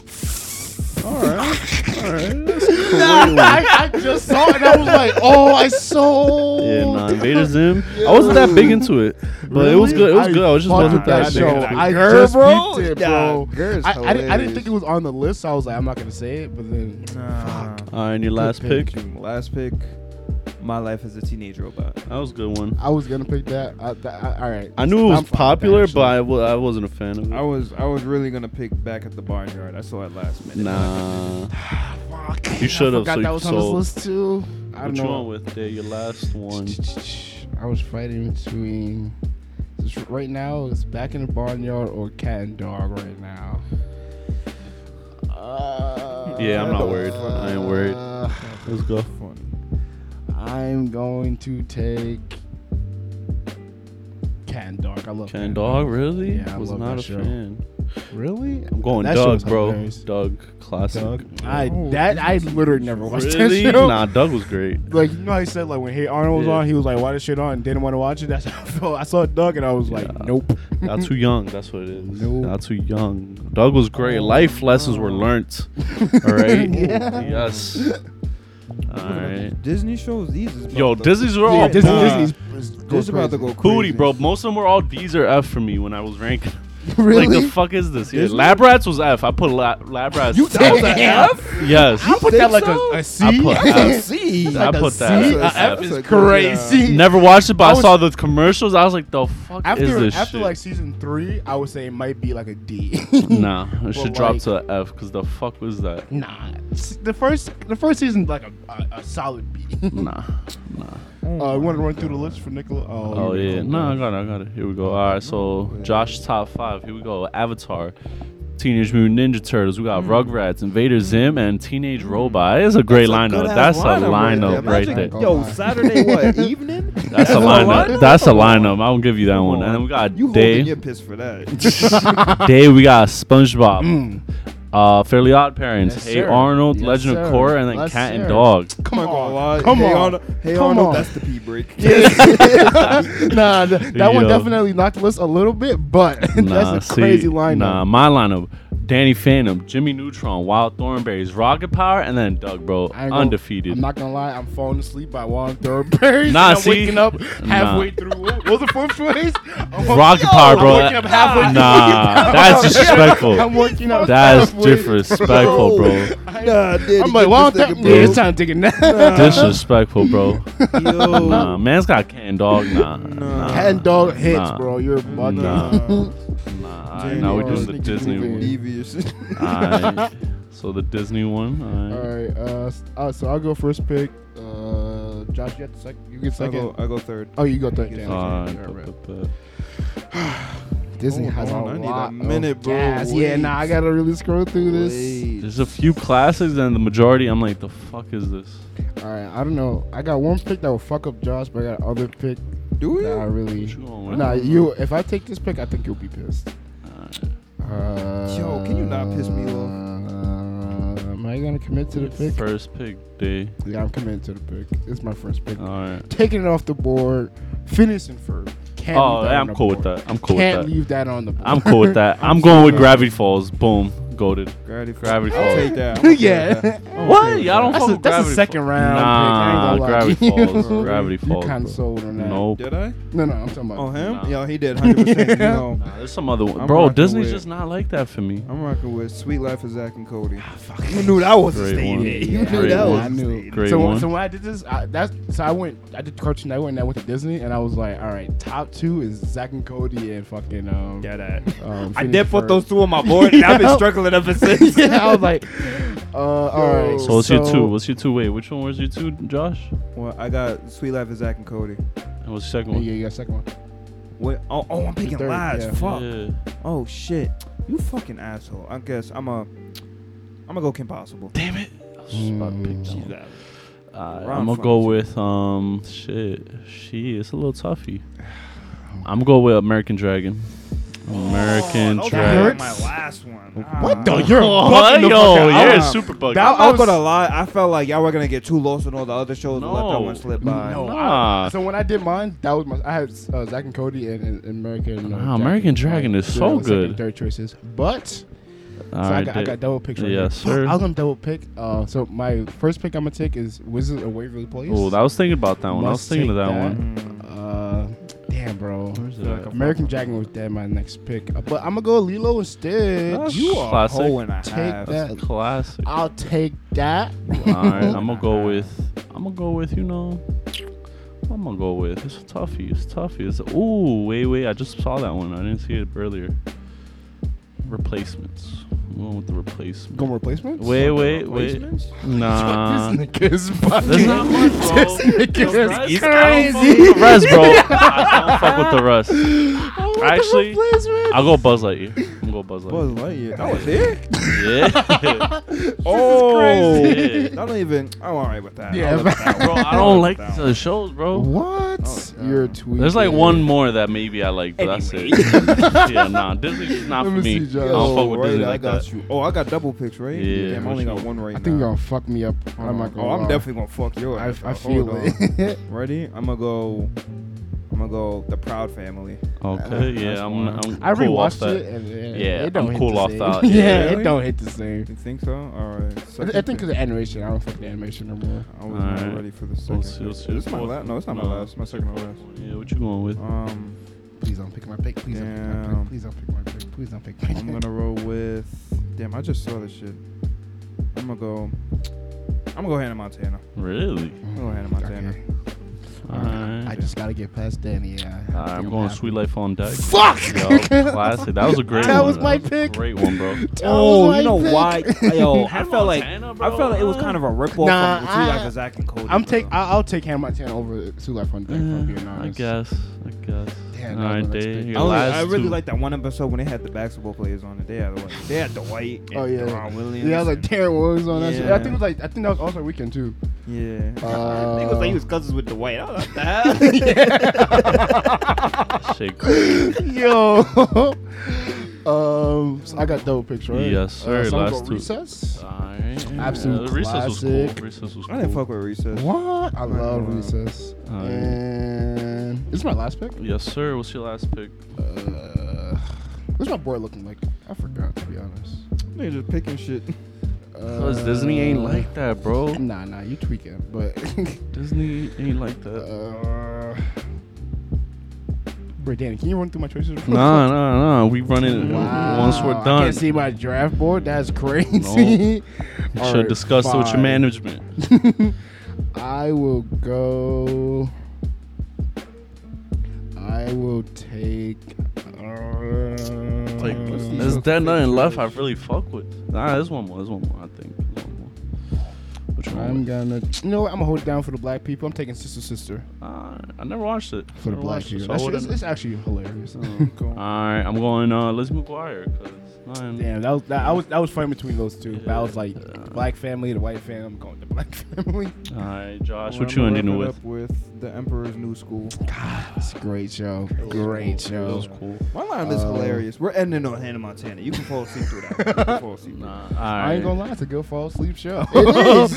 Speaker 2: All right. All right. I, I just saw it and I was like, oh, I sold.
Speaker 4: Yeah, nah, Invader Zim. I wasn't that big into it, but it was good. It was good. I was just
Speaker 2: fucked
Speaker 4: wasn't
Speaker 2: with
Speaker 4: that,
Speaker 2: that
Speaker 4: big
Speaker 2: show.
Speaker 4: into it.
Speaker 2: I
Speaker 3: Girl,
Speaker 2: just
Speaker 3: bro.
Speaker 2: peeped it,
Speaker 3: Nah,
Speaker 2: bro.
Speaker 3: girl's
Speaker 2: I, I, didn't, I didn't
Speaker 3: hilarious.
Speaker 2: think it was on the list, so I was like, I'm not gonna say it. But then,
Speaker 3: Nah.
Speaker 4: All right, and your last
Speaker 2: pick.
Speaker 4: pick.
Speaker 3: Last pick. My life as a teenage robot.
Speaker 4: That was a good one.
Speaker 2: I was gonna pick that. I, that I, all right.
Speaker 4: I knew it
Speaker 2: I'm
Speaker 4: was
Speaker 2: fine with
Speaker 4: popular,
Speaker 2: that,
Speaker 4: but I w- I wasn't a fan of
Speaker 3: I
Speaker 4: it.
Speaker 3: was I was really gonna pick back at the barnyard. I saw it last minute.
Speaker 4: Nah.
Speaker 2: Fuck.
Speaker 4: You should
Speaker 2: I
Speaker 4: have.
Speaker 2: forgot
Speaker 4: So
Speaker 2: that
Speaker 4: you
Speaker 2: was on this
Speaker 4: sold.
Speaker 2: list too. I
Speaker 4: What
Speaker 2: don't
Speaker 4: you
Speaker 2: know.
Speaker 4: on with, Dave? Your last one.
Speaker 2: I was fighting between this- right now it's back in the barnyard or cat and dog right now. Uh,
Speaker 4: Yeah, I'm not worried. I ain't worried.
Speaker 2: uh,
Speaker 4: Let's go.
Speaker 3: Funny.
Speaker 2: I'm going to take cat and dog. I love cat
Speaker 4: Ken Dog, really?
Speaker 2: Yeah, I
Speaker 4: was
Speaker 2: love
Speaker 4: not
Speaker 2: that
Speaker 4: a
Speaker 2: show.
Speaker 4: fan.
Speaker 2: Really?
Speaker 4: I'm going
Speaker 2: That shit was
Speaker 4: Doug, bro.
Speaker 2: hilarious.
Speaker 4: Doug, classic.
Speaker 2: Dog. Oh, I that I literally never watched
Speaker 4: Really?
Speaker 2: that show.
Speaker 4: Nah, Doug was great.
Speaker 2: Like you know, how I said like when Hey Arnold was
Speaker 4: Yeah.
Speaker 2: on, he was like, "Why this shit on?" and didn't want to watch it. That's how I felt. I saw Doug and I was like,
Speaker 4: Yeah.
Speaker 2: "Nope."
Speaker 4: Not too young. That's what it is.
Speaker 2: Nope. Oh
Speaker 4: Not too young. Doug was great. Life lessons were learnt. All right.
Speaker 2: Yeah.
Speaker 4: Yes. All right.
Speaker 3: Disney shows these is about
Speaker 4: Yo,
Speaker 3: to-
Speaker 4: Disney's were
Speaker 2: Yeah,
Speaker 4: all
Speaker 2: Disney,
Speaker 4: booty.
Speaker 2: Disney's is
Speaker 3: Disney about to go
Speaker 4: booty,
Speaker 3: crazy.
Speaker 4: bro. Most of them were all D's or F for me when I was ranking.
Speaker 2: Really?
Speaker 4: Like the fuck is this? Yeah,
Speaker 3: Disney?
Speaker 4: Lab Rats was F. I put la- Lab Rats.
Speaker 2: You
Speaker 4: that was
Speaker 2: did?
Speaker 4: a F? Yes.
Speaker 2: I put that like a,
Speaker 3: so?
Speaker 2: a C.
Speaker 4: I put F.
Speaker 3: See,
Speaker 4: I
Speaker 2: Like a
Speaker 4: put
Speaker 2: C?
Speaker 4: that.
Speaker 2: A
Speaker 4: as
Speaker 2: F
Speaker 4: F.
Speaker 2: is crazy.
Speaker 4: Never watched it, but I,
Speaker 2: I was-
Speaker 4: saw the commercials. I was like, the fuck is
Speaker 2: After
Speaker 4: this
Speaker 2: after
Speaker 4: shit?
Speaker 2: like season three, I would say it might be like a D.
Speaker 4: nah, it should drop
Speaker 2: like-
Speaker 4: to an F because the fuck was that?
Speaker 2: nah, S- the first the first season like a, a, a solid B.
Speaker 4: Nah, nah.
Speaker 3: Oh
Speaker 2: Uh, you want to run through the list for Nicola? Oh,
Speaker 4: Oh
Speaker 2: you
Speaker 4: yeah,
Speaker 2: go.
Speaker 4: no, I got it, I got it. Here we go. All right, so Josh top five. Here we go. Avatar, Teenage Mutant Ninja Turtles. We got Rugrats, Invader Zim, and Teenage Robot. It's a great lineup. That's a lineup right there.
Speaker 2: there.
Speaker 3: Yo,
Speaker 2: Oh, my.
Speaker 3: Saturday what evening?
Speaker 4: That's a
Speaker 3: a
Speaker 4: lineup.
Speaker 3: lineup?
Speaker 4: That's a
Speaker 3: Come on.
Speaker 4: lineup. I'll give you that one. And then we got
Speaker 3: You holding
Speaker 4: Dave.
Speaker 3: your piss for that?
Speaker 4: Dave, we got SpongeBob, Uh, Fairly Odd Parents,
Speaker 2: Yes,
Speaker 4: Hey
Speaker 2: sir.
Speaker 4: Arnold,
Speaker 2: Yes,
Speaker 4: Legend
Speaker 2: sir.
Speaker 4: of Korra, and then
Speaker 2: Yes, sir.
Speaker 4: Cat and Dog.
Speaker 1: Come on,
Speaker 2: on.
Speaker 1: Arnold.
Speaker 2: Come
Speaker 1: hey,
Speaker 2: on.
Speaker 1: Arnold. Hey,
Speaker 2: Come
Speaker 1: Arnold.
Speaker 2: on.
Speaker 1: That's the pee break.
Speaker 2: nah, th- that one
Speaker 4: Yo.
Speaker 2: definitely knocked the list a little bit, but
Speaker 4: Nah,
Speaker 2: that's a crazy
Speaker 4: see,
Speaker 2: lineup.
Speaker 4: Nah, my lineup: Danny Phantom, Jimmy Neutron, Wild Thornberries, Rocket Power, and then Doug, bro,
Speaker 2: I ain't gonna-
Speaker 4: undefeated.
Speaker 2: I'm not gonna lie, I'm falling asleep by Juan Thornberry.
Speaker 4: Nah,
Speaker 2: and I'm
Speaker 4: see?
Speaker 2: waking up halfway
Speaker 4: Nah.
Speaker 2: through. What what was the fourth place? I'm wa-
Speaker 4: Rocket Power,
Speaker 2: I'm
Speaker 4: bro.
Speaker 2: waking up halfway through.
Speaker 4: Nah, that's
Speaker 2: I'm
Speaker 4: disrespectful.
Speaker 2: waking up.
Speaker 4: That's
Speaker 2: halfway.
Speaker 4: disrespectful, bro.
Speaker 1: Nah, dude,
Speaker 2: I'm like,
Speaker 1: why
Speaker 2: Juan
Speaker 1: don't that
Speaker 2: Thornberry. It's time to take a nap.
Speaker 4: Disrespectful, bro.
Speaker 3: Yo.
Speaker 4: Nah, man's got Cat and Dog. Nah, nah.
Speaker 2: Cat and dog hits,
Speaker 4: Nah.
Speaker 2: bro. You're bugging.
Speaker 4: Nah. Nah, alright, now we're doing the
Speaker 1: Disney
Speaker 4: Disney
Speaker 1: movie.
Speaker 4: one.
Speaker 3: Devious.
Speaker 4: Alright. So the Disney one.
Speaker 2: All
Speaker 4: Alright.
Speaker 2: right, uh, s- uh, so I'll go first pick. Uh, Josh, you, have the sec- you get
Speaker 3: I
Speaker 2: second.
Speaker 3: go, I go third.
Speaker 2: Oh, you go third. Yeah,
Speaker 4: Alright,
Speaker 2: okay, all right.
Speaker 4: bu- bu- bu-
Speaker 2: Disney
Speaker 3: Hold
Speaker 2: has
Speaker 3: on,
Speaker 2: a
Speaker 3: I need a
Speaker 2: lot
Speaker 3: minute,
Speaker 2: of
Speaker 3: bro.
Speaker 2: gas. Yeah,
Speaker 3: Wait.
Speaker 2: nah, I gotta really scroll through this.
Speaker 4: There's a few classics, and the majority, I'm like, the fuck is this?
Speaker 2: All right, I don't know. I got one pick that will fuck up Josh, but I got other pick
Speaker 3: Do we?
Speaker 2: that I really.
Speaker 4: What you going with?
Speaker 2: Nah, you. If I take this pick, I think you'll be pissed.
Speaker 4: Alright.
Speaker 2: Uh,
Speaker 3: Yo, can you not piss me off?
Speaker 2: Uh, am I gonna commit to the pick?
Speaker 4: First pick day.
Speaker 2: Yeah, I'm committing to the pick. It's my first pick.
Speaker 4: Alright.
Speaker 2: Taking it off the board, finishing first. Can't
Speaker 4: Oh,
Speaker 2: leave that
Speaker 4: yeah,
Speaker 2: on
Speaker 4: I'm
Speaker 2: the
Speaker 4: cool with
Speaker 2: board.
Speaker 4: that. I'm cool
Speaker 2: Can't
Speaker 4: with that.
Speaker 2: leave that on the board.
Speaker 4: I'm cool with that. I'm going with Gravity Falls. Boom. Goaded.
Speaker 3: Gravity
Speaker 4: Gravity
Speaker 3: I'll
Speaker 4: Falls.
Speaker 3: take that. I'll take
Speaker 2: Yeah.
Speaker 3: that. I'll
Speaker 4: What?
Speaker 3: take that.
Speaker 4: Y'all don't
Speaker 2: That's
Speaker 4: fuck
Speaker 2: a-
Speaker 4: with
Speaker 2: that's a
Speaker 4: Gravity
Speaker 2: second
Speaker 4: Falls.
Speaker 2: round pick. I
Speaker 4: Nah,
Speaker 2: ain't gonna lie
Speaker 4: Gravity
Speaker 2: to you.
Speaker 4: Falls. Gravity Falls.
Speaker 2: You kind of
Speaker 4: bro.
Speaker 2: sold on that.
Speaker 4: Nope.
Speaker 3: Did I?
Speaker 2: No, no, I'm talking
Speaker 3: Oh,
Speaker 2: about.
Speaker 3: him?
Speaker 4: Nah.
Speaker 3: Yeah, he did. 100%. You know.
Speaker 4: Nah, there's some other one.
Speaker 3: I'm
Speaker 4: Bro,
Speaker 3: rocking
Speaker 4: Disney's
Speaker 3: with-
Speaker 4: just not like that for me.
Speaker 3: I'm rocking with Sweet Life of Zach and Cody.
Speaker 2: You knew that was
Speaker 4: Great one.
Speaker 2: You knew
Speaker 4: Great
Speaker 2: that was.
Speaker 4: one.
Speaker 2: I knew.
Speaker 4: Great
Speaker 2: so,
Speaker 4: one.
Speaker 2: so when I did this, I, that's so I went. I did Cartoon Network and I went to Disney, and I was like, all right, top two is Zach and Cody and fucking um.
Speaker 3: that.
Speaker 2: um
Speaker 3: I
Speaker 2: Phineas
Speaker 3: did put
Speaker 2: Ferb.
Speaker 3: those two on my board, and I've been struggling ever since.
Speaker 2: yeah, I was like, uh, all right.
Speaker 4: So what's your two? What's your two? Wait, which one was your two, Josh?
Speaker 3: Well, I got Sweet Life of Zach and Cody.
Speaker 4: And what's the second
Speaker 2: Yeah,
Speaker 4: one?
Speaker 2: you got a second one.
Speaker 3: Wait, oh, oh, I'm picking
Speaker 2: Third,
Speaker 3: lies.
Speaker 2: yeah.
Speaker 3: Fuck.
Speaker 4: Yeah.
Speaker 3: Oh shit. You fucking asshole. I guess I'm a. I'm gonna go Kim Possible.
Speaker 4: Damn it. I was just about to pick that
Speaker 2: Mm.
Speaker 4: one.
Speaker 2: Uh,
Speaker 4: Alright,
Speaker 3: Round
Speaker 4: I'm gonna
Speaker 3: five.
Speaker 4: go with um shit. She it's a little toughy. I'm gonna go with American Dragon. American
Speaker 3: Oh,
Speaker 4: Dragon.
Speaker 3: That was my last one.
Speaker 2: What the?
Speaker 3: Ah.
Speaker 2: You're
Speaker 4: Oh,
Speaker 2: bugging the
Speaker 4: yo,
Speaker 2: fuck out.
Speaker 4: you're
Speaker 3: out.
Speaker 4: a super bug.
Speaker 2: That- I
Speaker 3: I'm
Speaker 2: was-
Speaker 3: gonna lie. I felt like y'all were gonna get too lost in all the other shows and let that
Speaker 4: No.
Speaker 3: one slip by.
Speaker 2: No.
Speaker 4: Nah.
Speaker 2: So when I did mine, that was my. I had uh, Zach and Cody and, and American. Uh,
Speaker 4: Wow, American Dragon is
Speaker 2: Those
Speaker 4: so
Speaker 2: are the second
Speaker 4: good.
Speaker 2: and Third choices, but so I,
Speaker 4: Alright,
Speaker 2: got, I
Speaker 4: Dick.
Speaker 2: got double picks. Right
Speaker 4: Yes,
Speaker 2: here.
Speaker 4: sir.
Speaker 2: I'm gonna double pick. Uh, so my first pick I'm gonna take is Wizard of Waverly Place.
Speaker 4: Oh, I was thinking about that one. I
Speaker 2: Must
Speaker 4: was thinking of
Speaker 2: take
Speaker 4: that,
Speaker 2: that.
Speaker 4: one.
Speaker 3: Mm.
Speaker 2: Uh, damn, bro.
Speaker 4: Where's
Speaker 3: feel like
Speaker 4: that?
Speaker 3: I'm-
Speaker 2: American Dragon was dead. My next pick, Uh, but I'm gonna go Lilo and Stitch.
Speaker 4: That's
Speaker 3: You are
Speaker 4: Classic.
Speaker 3: a hoe and a
Speaker 2: Take
Speaker 3: half.
Speaker 2: that.
Speaker 4: Classic.
Speaker 2: I'll take that.
Speaker 4: Alright, I'm gonna go with I'm gonna go with, you know. I'm gonna go with it's a toughie. It's a toughie. It's a, ooh, wait, wait. I just saw that one. I didn't see it earlier. Replacements. I'm going with the replacement.
Speaker 2: Going replacements.
Speaker 4: Wait, wait, wait.
Speaker 3: Replacements?
Speaker 4: Nah.
Speaker 2: This nigga is fucking-
Speaker 4: That's not much, bro.
Speaker 2: This nigga is
Speaker 4: Rest-
Speaker 2: crazy.
Speaker 4: The rest, bro. I don't fuck with the rest. Actually, I'll go Buzz Lightyear. I'm gonna go Buzz
Speaker 3: Buzz
Speaker 4: Lightyear.
Speaker 3: Lightyear. That was it.
Speaker 4: Yeah.
Speaker 3: oh,
Speaker 4: crazy.
Speaker 3: I don't even. I'm alright with that.
Speaker 2: Yeah,
Speaker 3: I'll live with that
Speaker 4: bro,
Speaker 3: one.
Speaker 4: I
Speaker 3: I'll live with
Speaker 4: don't like
Speaker 3: that
Speaker 4: these
Speaker 3: one.
Speaker 4: other shows, bro.
Speaker 2: What?
Speaker 3: Oh,
Speaker 2: You're
Speaker 3: God.
Speaker 2: tweeting.
Speaker 4: There's like one more that maybe I like, but that's it. yeah, nah, Disney's not for
Speaker 2: Let me
Speaker 4: me.
Speaker 2: see, Josh.
Speaker 4: I don't
Speaker 3: Oh,
Speaker 4: fuck with
Speaker 3: right,
Speaker 4: Disney
Speaker 3: I
Speaker 4: like
Speaker 3: got
Speaker 4: that.
Speaker 3: you. Oh, I got double picks, right?
Speaker 4: Yeah,
Speaker 3: Damn, I
Speaker 4: what
Speaker 3: only got
Speaker 4: you-
Speaker 3: one right
Speaker 2: I think
Speaker 3: now.
Speaker 2: y'all fuck me up. I'm not gonna
Speaker 3: oh, I'm
Speaker 2: lie.
Speaker 3: definitely gonna fuck yours. Oh,
Speaker 2: I, I
Speaker 3: Hold
Speaker 2: feel
Speaker 3: on.
Speaker 2: it.
Speaker 3: Ready? I'm gonna go. I'm gonna go. The Proud Family.
Speaker 4: Okay, yeah, I'm,
Speaker 3: one.
Speaker 4: I'm
Speaker 2: I
Speaker 4: cool off
Speaker 2: rewatched
Speaker 4: that.
Speaker 2: it and and
Speaker 4: Yeah,
Speaker 2: it don't
Speaker 4: I'm
Speaker 2: hit
Speaker 4: cool
Speaker 2: the
Speaker 4: off
Speaker 2: same.
Speaker 4: that.
Speaker 2: Yeah,
Speaker 4: Yeah,
Speaker 2: it
Speaker 3: really?
Speaker 2: don't hit the same.
Speaker 3: You think so? All right.
Speaker 2: I,
Speaker 3: Second
Speaker 2: I think
Speaker 3: pick.
Speaker 2: of the animation. I don't fuck the animation no more.
Speaker 3: I was
Speaker 4: All
Speaker 3: not
Speaker 4: right.
Speaker 3: ready for the 2nd
Speaker 4: We'll see, we'll see.
Speaker 3: This is my last. No, it's not my last. It's my second to last.
Speaker 4: Yeah, what you going with?
Speaker 3: Um,
Speaker 2: Please don't pick my pick. Please don't pick my
Speaker 3: Damn.
Speaker 2: pick. Please don't pick my pick. Please don't pick my pick.
Speaker 3: I'm gonna roll with. Damn, I just saw this shit. I'm gonna go. I'm gonna go Hannah Montana.
Speaker 4: Really?
Speaker 3: I'm gonna go Hannah Montana.
Speaker 2: Okay.
Speaker 4: Alright.
Speaker 2: I just gotta get past Danny. Yeah. I
Speaker 4: Alright,
Speaker 2: think
Speaker 4: I'm going
Speaker 2: happy.
Speaker 4: Sweet Life on Deck.
Speaker 2: Fuck!
Speaker 4: Yo, classic. That was a great
Speaker 2: That
Speaker 4: one.
Speaker 2: was my
Speaker 4: a
Speaker 2: pick.
Speaker 4: Great one, bro.
Speaker 2: That was
Speaker 3: Oh,
Speaker 2: my
Speaker 3: you know
Speaker 2: pick.
Speaker 3: why? Yo, I
Speaker 4: Hannah
Speaker 3: felt like
Speaker 4: Montana,
Speaker 3: I
Speaker 4: bro.
Speaker 3: felt like it was kind of a ripoff
Speaker 2: Nah,
Speaker 3: from Two
Speaker 2: I-
Speaker 3: Life of Zach and Cody.
Speaker 2: I'm take.
Speaker 3: bro.
Speaker 2: I'll, I'll take Hannah Montana over Two Life on Deck. if I'm being
Speaker 4: Eh, I
Speaker 2: honest.
Speaker 4: guess. I guess.
Speaker 2: Damn, that was
Speaker 4: Alright,
Speaker 2: my next
Speaker 4: Dave.
Speaker 2: pick.
Speaker 4: your
Speaker 3: I, only-
Speaker 4: last
Speaker 3: I really
Speaker 4: two.
Speaker 3: like that one episode when they had the basketball players on it. They had like, they had Dwight. And
Speaker 2: Oh yeah.
Speaker 3: Deron Williams.
Speaker 2: Yeah, I was like Darren Williams on that. shit.
Speaker 3: Yeah.
Speaker 2: I think it was like I think that was also weekend too.
Speaker 3: yeah.
Speaker 2: Uh,
Speaker 3: Nigga was like he was cousins with Dwight. I was like, what the
Speaker 2: Yeah.
Speaker 3: hell?
Speaker 4: Shit, crazy.
Speaker 2: Yo. Um, so I got double picks, right?
Speaker 4: Yes, sir.
Speaker 2: Uh, so I'm
Speaker 4: Last
Speaker 2: gonna go
Speaker 4: two.
Speaker 2: recess.
Speaker 4: Alright.
Speaker 5: Absolute
Speaker 4: Yeah, recess was
Speaker 2: classic.
Speaker 4: cool. Recess was cool.
Speaker 3: I didn't fuck with recess.
Speaker 2: What? I
Speaker 3: love
Speaker 2: love recess.
Speaker 4: Alright.
Speaker 2: And this is my last pick.
Speaker 4: Yes, sir. What's your last pick?
Speaker 2: Uh, what's my board looking like? I forgot to be honest.
Speaker 3: They just picking shit.
Speaker 4: Cause Oh, Disney ain't like that, bro.
Speaker 2: Uh, Nah, nah, you tweaking, but
Speaker 4: Disney ain't like that.
Speaker 2: uh, bro, Danny, can you run through my choices? real
Speaker 4: Nah,
Speaker 2: quick?
Speaker 4: nah, nah. We running
Speaker 2: Wow.
Speaker 4: once we're
Speaker 2: I
Speaker 4: done.
Speaker 2: can't see my draft board. That's crazy.
Speaker 4: You
Speaker 2: All
Speaker 4: should
Speaker 2: right,
Speaker 4: discuss it with your
Speaker 2: fine.
Speaker 4: management.
Speaker 2: I will go. I will take. Uh,
Speaker 4: Like,
Speaker 2: what's
Speaker 4: is
Speaker 2: the-
Speaker 4: there's that nothing left I really fuck with. Nah, there's one more. There's one more. I think. There's one more. Which
Speaker 2: I'm
Speaker 4: one?
Speaker 2: gonna. You know what? I'm gonna hold it down for the black people. I'm taking sister sister
Speaker 4: Uh, I never watched it.
Speaker 2: for the
Speaker 4: Never
Speaker 2: black
Speaker 4: watched it,
Speaker 2: people.
Speaker 4: so I
Speaker 2: That's- it's,
Speaker 4: wouldn't-
Speaker 2: it's actually hilarious.
Speaker 4: All right, I'm going uh, Lizzie McGuire. Cause man,
Speaker 5: Damn, that was that I was that was fighting between those two. But I was like,
Speaker 4: Yeah.
Speaker 5: black family, the white family. I'm going to black family.
Speaker 4: All right, Josh,
Speaker 3: Well, I'm
Speaker 4: what you
Speaker 3: gonna
Speaker 4: ending it
Speaker 3: wrap it
Speaker 4: with?
Speaker 3: up with the Emperor's New School.
Speaker 2: It's a great show. Great
Speaker 4: That
Speaker 2: show.
Speaker 4: was cool.
Speaker 3: My lineup is
Speaker 2: Uh,
Speaker 3: hilarious. We're ending on Hannah Montana. You can fall asleep through that. You can fall asleep through
Speaker 4: Nah,
Speaker 3: that.
Speaker 4: all right.
Speaker 2: I ain't gonna lie, it's a good fall asleep show.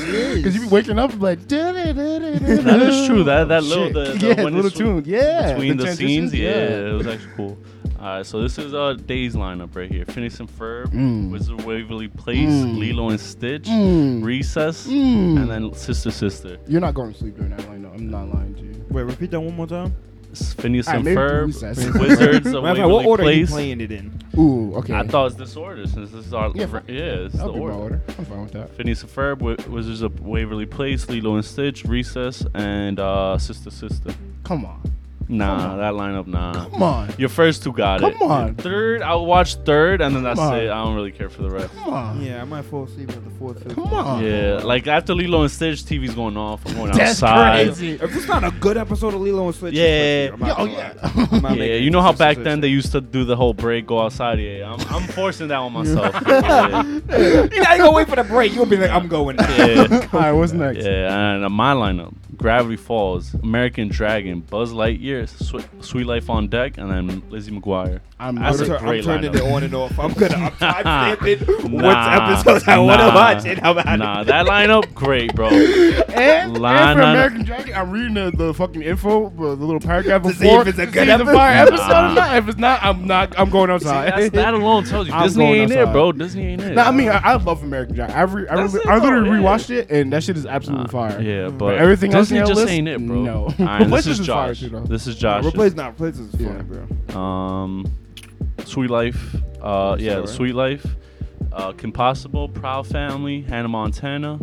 Speaker 3: It is, it
Speaker 2: Cause you be
Speaker 3: is.
Speaker 2: waking up like that
Speaker 4: That is true. That that little the, the
Speaker 2: yeah,
Speaker 4: one
Speaker 2: little
Speaker 4: that's
Speaker 2: tune, yeah.
Speaker 4: between the,
Speaker 2: transitions,
Speaker 4: scenes. Yeah, it was actually cool. All right, so this is uh Days lineup right here: Phineas and Ferb,
Speaker 2: Mm.
Speaker 4: Wizard of Waverly Place,
Speaker 2: Mm.
Speaker 4: Lilo and Stitch,
Speaker 2: Mm.
Speaker 4: Recess,
Speaker 2: Mm.
Speaker 4: and then Sister Sister.
Speaker 2: You're not going to sleep during that lineup. I'm not lying to you.
Speaker 3: Wait, repeat that one more time.
Speaker 4: It's Phineas
Speaker 2: All right, maybe
Speaker 4: and Ferb,
Speaker 2: Recess.
Speaker 4: Wizards of
Speaker 3: Matter of fact, what order
Speaker 4: Waverly
Speaker 3: are you
Speaker 4: Place.
Speaker 3: playing it in?
Speaker 2: Ooh, okay.
Speaker 4: I thought it's this order since this is our
Speaker 2: Yeah,
Speaker 4: yeah,
Speaker 2: fuck
Speaker 4: it's the
Speaker 2: that'll be my
Speaker 4: order.
Speaker 2: order. I'm fine with that.
Speaker 4: Phineas and Ferb, Wi- Wizards of Waverly Place, Lilo and Stitch, Recess, and uh, Sister Sister.
Speaker 2: Come on,
Speaker 4: Nah, that lineup, nah.
Speaker 2: come on,
Speaker 4: Your first two got it.
Speaker 2: Come on.
Speaker 4: Third, I'll watch third, and then that's
Speaker 2: Come on.
Speaker 4: it. I don't really care for the rest.
Speaker 2: come on.
Speaker 3: Yeah, I might fall asleep at the fourth. fifth.
Speaker 2: Come on.
Speaker 4: Yeah, like after Lilo and Stitch, TV's going off. I'm going
Speaker 2: That's
Speaker 4: outside.
Speaker 2: crazy.
Speaker 3: If it's not a good episode of Lilo and Stitch, it's
Speaker 4: Yeah.
Speaker 3: like, I'm
Speaker 2: Yeah,
Speaker 3: not
Speaker 2: oh
Speaker 3: gonna lie.
Speaker 2: yeah.
Speaker 3: I'm not
Speaker 4: Yeah,
Speaker 3: making
Speaker 4: you know how
Speaker 3: Sister
Speaker 4: back then
Speaker 3: Sister.
Speaker 4: they used to do the whole break, go outside. Yeah, I'm, I'm forcing that on myself. Yeah,
Speaker 3: You're not gonna wait for the break. You'll be like, I'm going.
Speaker 4: yeah,
Speaker 2: All right, what's next?
Speaker 4: yeah. And uh, my lineup: Gravity Falls, American Dragon, Buzz Lightyear, Swe- Sweet Life on Deck, and then Lizzie McGuire.
Speaker 2: I'm
Speaker 4: That's
Speaker 2: order-
Speaker 4: a great
Speaker 3: turning
Speaker 4: lineup.
Speaker 3: it on and off. I'm gonna I'm time stamping
Speaker 4: Nah,
Speaker 3: what episodes I want to
Speaker 4: nah,
Speaker 3: watch and how about
Speaker 4: Nah, that lineup, great, bro.
Speaker 2: And, and for
Speaker 4: Line on-
Speaker 2: American Dragon, I'm reading the, the fucking info, the little paragraph
Speaker 3: To
Speaker 2: before.
Speaker 3: see if it's a
Speaker 2: to
Speaker 3: good
Speaker 2: see if it's fire
Speaker 4: episode.
Speaker 2: episode or not. If it's not, I'm not. I'm going outside.
Speaker 4: That's, that alone tells you
Speaker 2: I'm
Speaker 4: Disney
Speaker 2: going
Speaker 4: ain't there,
Speaker 2: outside.
Speaker 4: bro. Disney ain't there.
Speaker 2: No, I mean I, I love American Dragon. I, re, I,
Speaker 4: That's
Speaker 2: re,
Speaker 4: it,
Speaker 2: I literally
Speaker 4: bro, yeah.
Speaker 2: rewatched it, and that shit is absolutely
Speaker 4: Nah,
Speaker 2: fire.
Speaker 4: Yeah, but,
Speaker 2: everything else
Speaker 4: Disney
Speaker 2: on your
Speaker 4: just
Speaker 2: list?
Speaker 4: ain't it, bro.
Speaker 2: No.
Speaker 4: All right, this
Speaker 2: Which
Speaker 4: is
Speaker 2: is fire,
Speaker 4: Josh.
Speaker 2: too, though.
Speaker 4: This is
Speaker 3: Nah,
Speaker 4: Josh.
Speaker 3: replace not replace is
Speaker 2: Yeah.
Speaker 3: funny, bro.
Speaker 4: Um, Sweet Life. Uh, yeah, the
Speaker 3: Sorry.
Speaker 4: Sweet Life. Uh, Kim Possible, Proud Family, Hannah Montana,